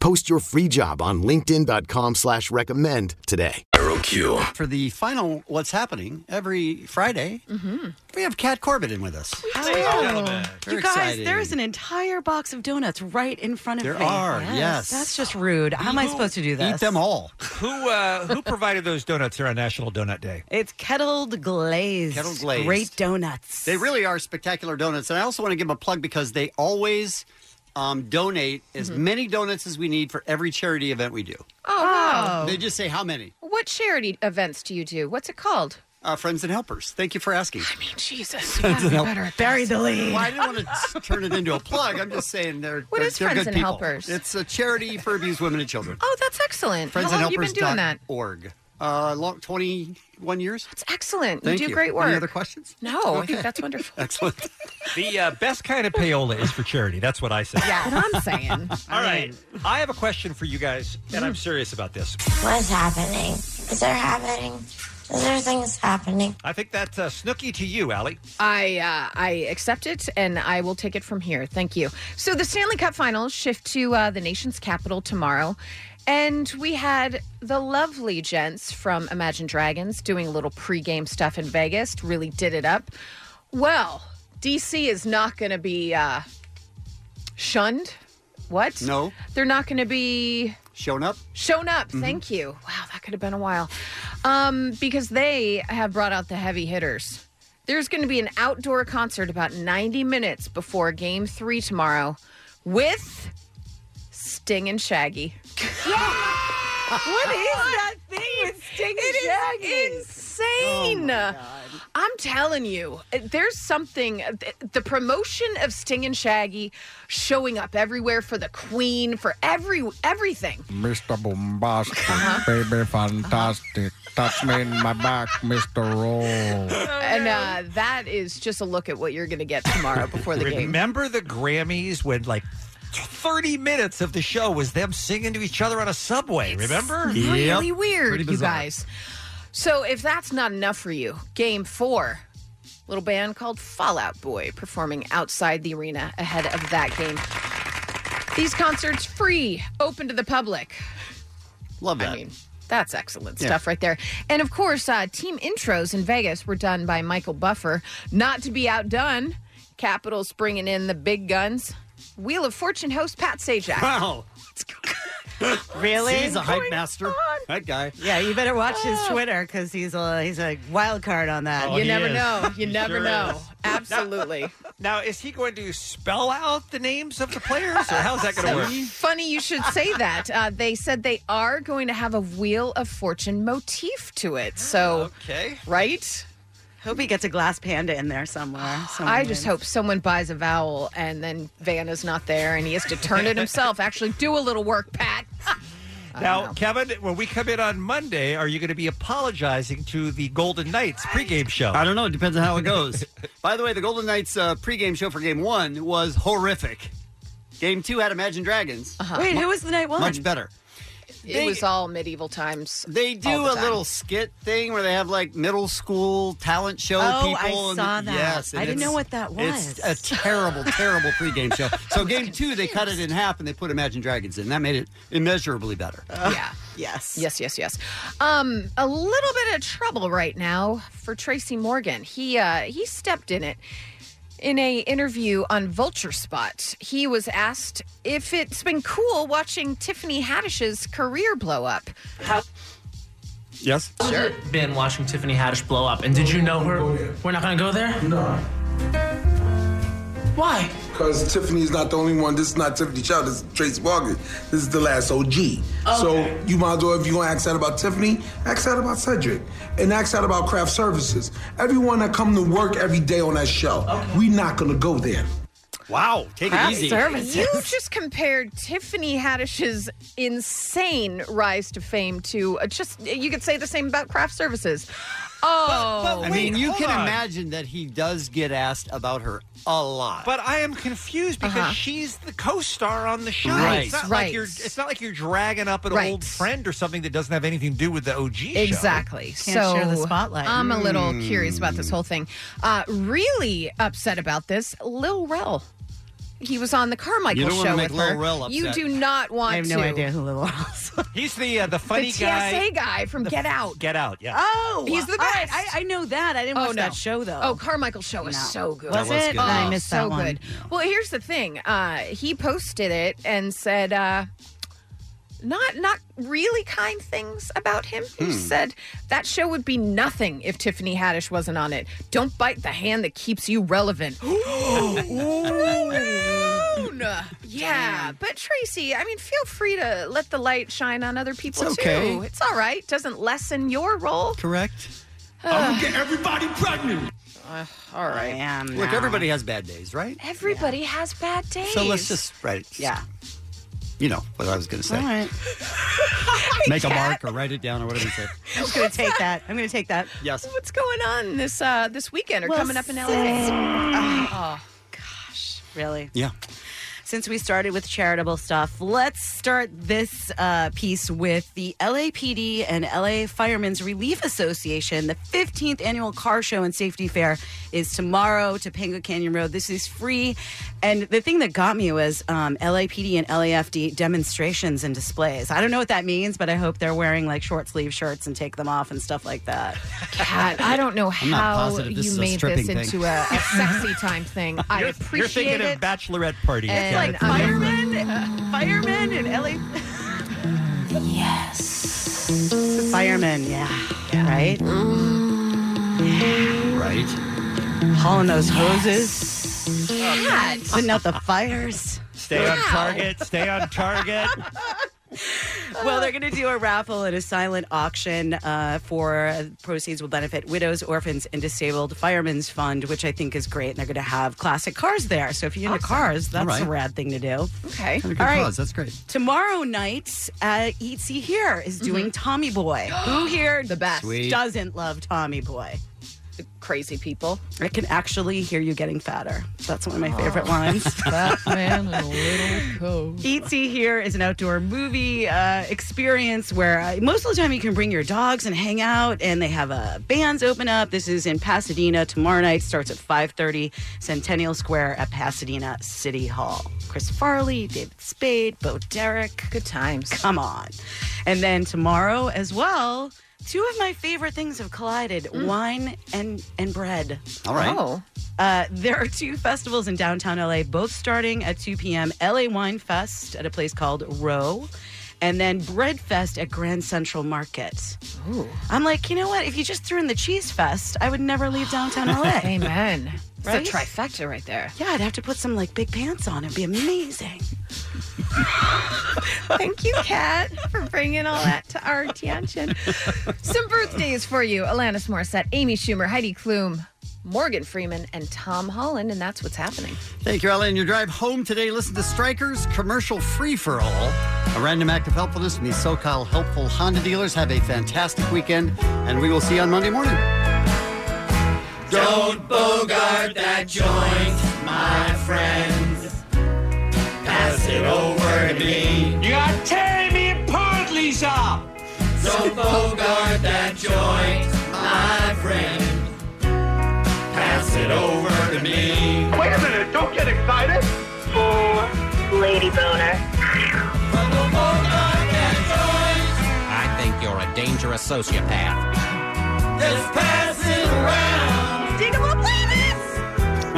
Post your free job on linkedin.com/recommend slash recommend today.
For the final, what's happening every Friday, we have Kat Corbett in with us. Very
Oh. You guys,
exciting.
there's an entire box of donuts right in front of
There
me.
are, yes.
That's just rude. How am I supposed to do this?
Eat them all.
Who uh, who provided those donuts here on National Donut Day?
It's kettled glazed.
Kettle glazed.
Great donuts.
They really are spectacular donuts. And I also want to give them a plug because they always um, donate as many donuts as we need for every charity event we do.
Oh, wow.
They just say how many?
What charity events do you do? What's it called?
Uh, friends and helpers. Thank you for asking. I
mean, Jesus.
Friends and helpers.
Bury the lead.
Well, I didn't want to s- turn it into a plug. I'm just saying they're,
What
they're,
is
they're
Friends
good
and
people.
Helpers?
It's a charity for abused women and children.
Oh, that's excellent.
Friends
How long
and
have you
helpers
been doing that?
Org. Uh, long, 21 years. That's
excellent.
Thank
you do great work.
Any other questions?
No, I
Okay.
think that's wonderful.
Excellent.
The uh, best kind of payola is for charity. That's what I say.
Yeah, what I'm saying.
All right. I have a question for you guys, and I'm serious about this.
What's happening? Is there happening? Is there things happening?
I think that's uh, snooky to you, Allie.
I uh, I accept it, and I will take it from here. Thank you. So the Stanley Cup Finals shift to uh, the nation's capital tomorrow, and we had the lovely gents from Imagine Dragons doing a little pregame stuff in Vegas. Really did it up. Well, DC is not going to be uh, shunned. What?
No.
They're not going to be
Shown up?
Shown up.
Mhm.
Thank you. Wow, that could have been a while. Um, because they have brought out the heavy hitters. There's going to be an outdoor concert about 90 minutes before game three tomorrow with Sting and Shaggy.
What is that thing with
It is insane. I'm telling you, there's something. The promotion of Sting and Shaggy showing up everywhere for the Queen, for every everything.
Mr. Bombastic, baby fantastic, touch me in my back, Mr. Roll.
and uh, that is just a look at what you're going to get tomorrow before the game.
Remember the Grammys when like 30 minutes of the show was them singing to each other on a subway, remember?
Really weird, you guys. So if that's not enough for you, game four, little band called Fallout Boy performing outside the arena ahead of that game. These concerts free, open to the public.
Love that.
That's excellent
Yeah.
stuff right there. And of course, uh, team intros in Vegas were done by Michael Buffer. Not to be outdone, Capitals bringing in the big guns. Wheel of Fortune host Pat Sajak.
Wow.
Really?
He's a hype master. That guy.
Yeah, you better watch his Twitter because he's a he's a wild card on that.
Oh, You he never is. know. You He never sure know. is.
Absolutely.
Now, is he going to spell out the names of the players,
Uh,
or how's that going to
So
work?
Funny you should say that. Uh, they said they are going to have a Wheel of Fortune motif to it. So,
Oh.
okay,
right?
Hope he gets a glass panda in there somewhere. Someone
I just
wins.
hope someone buys a vowel and then Vanna's not there and he has to turn it himself. Actually, do a little work, Pat.
Now, Kevin, when we come in on Monday, are you going to be apologizing to the Golden Knights pregame show?
I don't know. It depends on how it goes. By the way, the Golden Knights uh, pregame show for Game One was horrific. Game Two had Imagine Dragons.
Wait, who
Mu-
was the night one?
Much better.
It
They-
was all medieval times.
They do
all the
a
time.
little skit thing where they have like middle school talent show
Oh, I
people.
saw that.
Yes, and
I didn't
it's-
know what that was.
It's a terrible, terrible pregame show. So game two, they cut it in half and they put Imagine Dragons in. That made it immeasurably better.
yeah. Yes. Yes, yes, yes. Um, a little bit of trouble right now for Tracy Morgan. He uh, he stepped in it in a interview on Vulture Spot. He was asked if it's been cool watching Tiffany Haddish's career blow up.
Yes. Sure. Been watching Tiffany Haddish blow up, and did you know her? We're not gonna go there.
No. Why? Because Tiffany's not the only one. This is not Tiffany Chow. This is Tracy Morgan. This is the last OG. So you might as well, if you want to ask out about Tiffany, ask out about Cedric. And ask out about craft services. Everyone that come to work every day on that show, we not going to go there.
Wow. Take
Craft services. You just compared Tiffany Haddish's insane rise to fame to uh, just you could say the same about craft services. Oh,
I mean, you can imagine that he does get asked about her a lot.
But I am confused because she's the co-star on the show.
Right,
It's not
right.
like you're it's not like you're dragging up an
Right.
old friend or something that doesn't have anything to do with the OG show.
Exactly. so I'm a little
Mm.
curious about this whole thing. Uh, really upset about this, Lil Rel. he was on the Carmichael
You don't wanna
show
make
with her.
Lil Rel upset.
You do not want
I have
to.
no idea who
Lil Rel
He's the uh, the funny
the
guy.
TSA guy from Get Out.
Get out, yeah.
Oh, he's the
all
best.
right, I-
know that. I
didn't watch that show, though.
Oh, Carmichael show is
No.
so good.
Was That was it? good.
Oh,
I missed that
so
one.
good. Well, here's the thing. Uh, he posted it and said. Uh, not not really kind things about him. He
Hmm.
said that show would be nothing if Tiffany Haddish wasn't on it. Don't bite the hand that keeps you relevant. Ooh. yeah, but Tracy, I mean, feel free to let the light shine on other people
It's okay.
too. It's all right. Doesn't lessen your role.
Correct.
I'm
gonna get everybody pregnant.
all right.
Look, everybody has bad days, right?
Everybody has bad days.
So let's just right.
Yeah.
You know what I was going to say.
All right.
Make a mark or write it down or whatever you say.
I'm just going to take that. I'm going to take that.
Yes.
What's going on this uh, this weekend or
Well,
coming up in LA?
since- Ah.
Oh,
Really?
Yeah.
Since we started with charitable stuff, let's start this uh, piece with the LAPD and LA Firemen's Relief Association. The 15th annual car show and safety fair is tomorrow, Topanga Canyon Road. This is free. And the thing that got me was um, LAPD and LAFD demonstrations and displays. I don't know what that means, but I hope they're wearing like short sleeve shirts and take them off and stuff like that.
Kat, I don't know
I'm not
how
positive this
you
is a
made this
stripping thing.
into a, a sexy time thing. I appreciate
You're thinking
it.
of bachelorette party.
And-
Yeah.
It's like fire-
Firemen,
uh,
firemen in LA. yes. Firemen, yeah. Right?
Mm.
Right.
Hauling those hoses,
Kat.
putting out the fires.
Stay on target. Stay on target.
Well, they're going to do a raffle and a silent auction uh, for proceeds will benefit widows, orphans, and disabled firemen's fund, which I think is great. And they're going to have classic cars there. So if you're into cars, that's
All right.
a rad thing to do.
Okay.
All
Good
right.
cause. That's great.
Tomorrow night, uh, Eat See Here
Mm-hmm.
is doing Tommy Boy. Who here the best
Sweet.
doesn't love Tommy Boy?
Crazy people.
I can actually hear you getting fatter. That's one of my
Oh.
favorite lines.
Fat man in a little coat.
Eatsy E here is an outdoor movie uh, experience where uh, most of the time you can bring your dogs and hang out, and they have uh, bands open up. This is in Pasadena tomorrow night. Starts at 5:30, Centennial Square at Pasadena City Hall. Chris Farley, David Spade, Bo Derek.
Good times.
Come on, and then tomorrow as well. Two of my favorite things have collided: wine and and bread.
All right.
Mm. Oh.
Uh, there are two festivals in downtown LA, both starting at 2 p.m. LA Wine Fest at a place called Row, and then Bread Fest at Grand Central Market.
Ooh.
I'm like, you know what? If you just threw in the Cheese Fest, I would never leave downtown LA.
Amen. It's
Right?
a trifecta right there.
yeah, I'd have to put some like big pants on. It'd be amazing.
Thank you, Kat, for bringing all that to our attention. Some birthdays for you Alanis Morissette, Amy Schumer, Heidi Klum, Morgan Freeman, and Tom Holland. And that's what's happening.
Thank you, Ellen. your drive home today, listen to Strikers Commercial Free for All, a random act of helpfulness from the SoCal helpful Honda dealers. Have a fantastic weekend, and we will see you on Monday morning.
Don't bogart that joint, my friends. Pass it over to me. You are tearing me apart, Lisa. Don't bogart that joint, my friend. Pass it over to me. Wait a minute, don't get excited. Full lady boner. Don't bogart that joint.
I think you're a dangerous sociopath.
Just pass it around. Dig them up, ladies!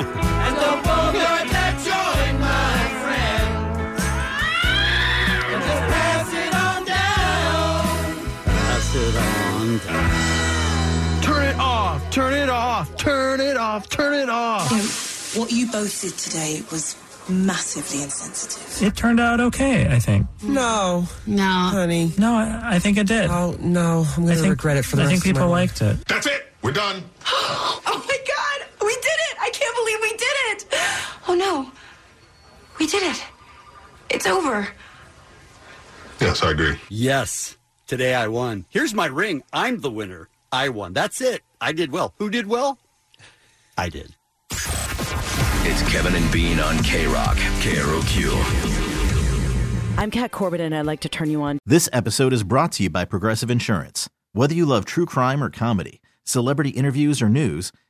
and don't bogart that joint, my friend. And just pass it on down.
Pass it on
Turn it off, turn it off, turn it off, turn it off.
What you both did today was massively insensitive.
It turned out okay, I think.
No. No. Honey.
No, I, I think it did.
Oh, no. I'm going
I
to
think-
regret it for the
I
rest
think
of my
people
life.
liked it.
That's it. We're done.
Oh, my God. We did it. I can't believe we did it. Oh, no. We did it. It's over.
Yes, I agree.
Yes, today I won. Here's my ring. I'm the winner. I won. That's it. I did well. Who did well? I did.
It's Kevin and Bean on K Rock, KROQ.
I'm Kat Corbett, and I'd like to turn you on
This episode is brought to you by Progressive Insurance. Whether you love true crime or comedy, celebrity interviews or news,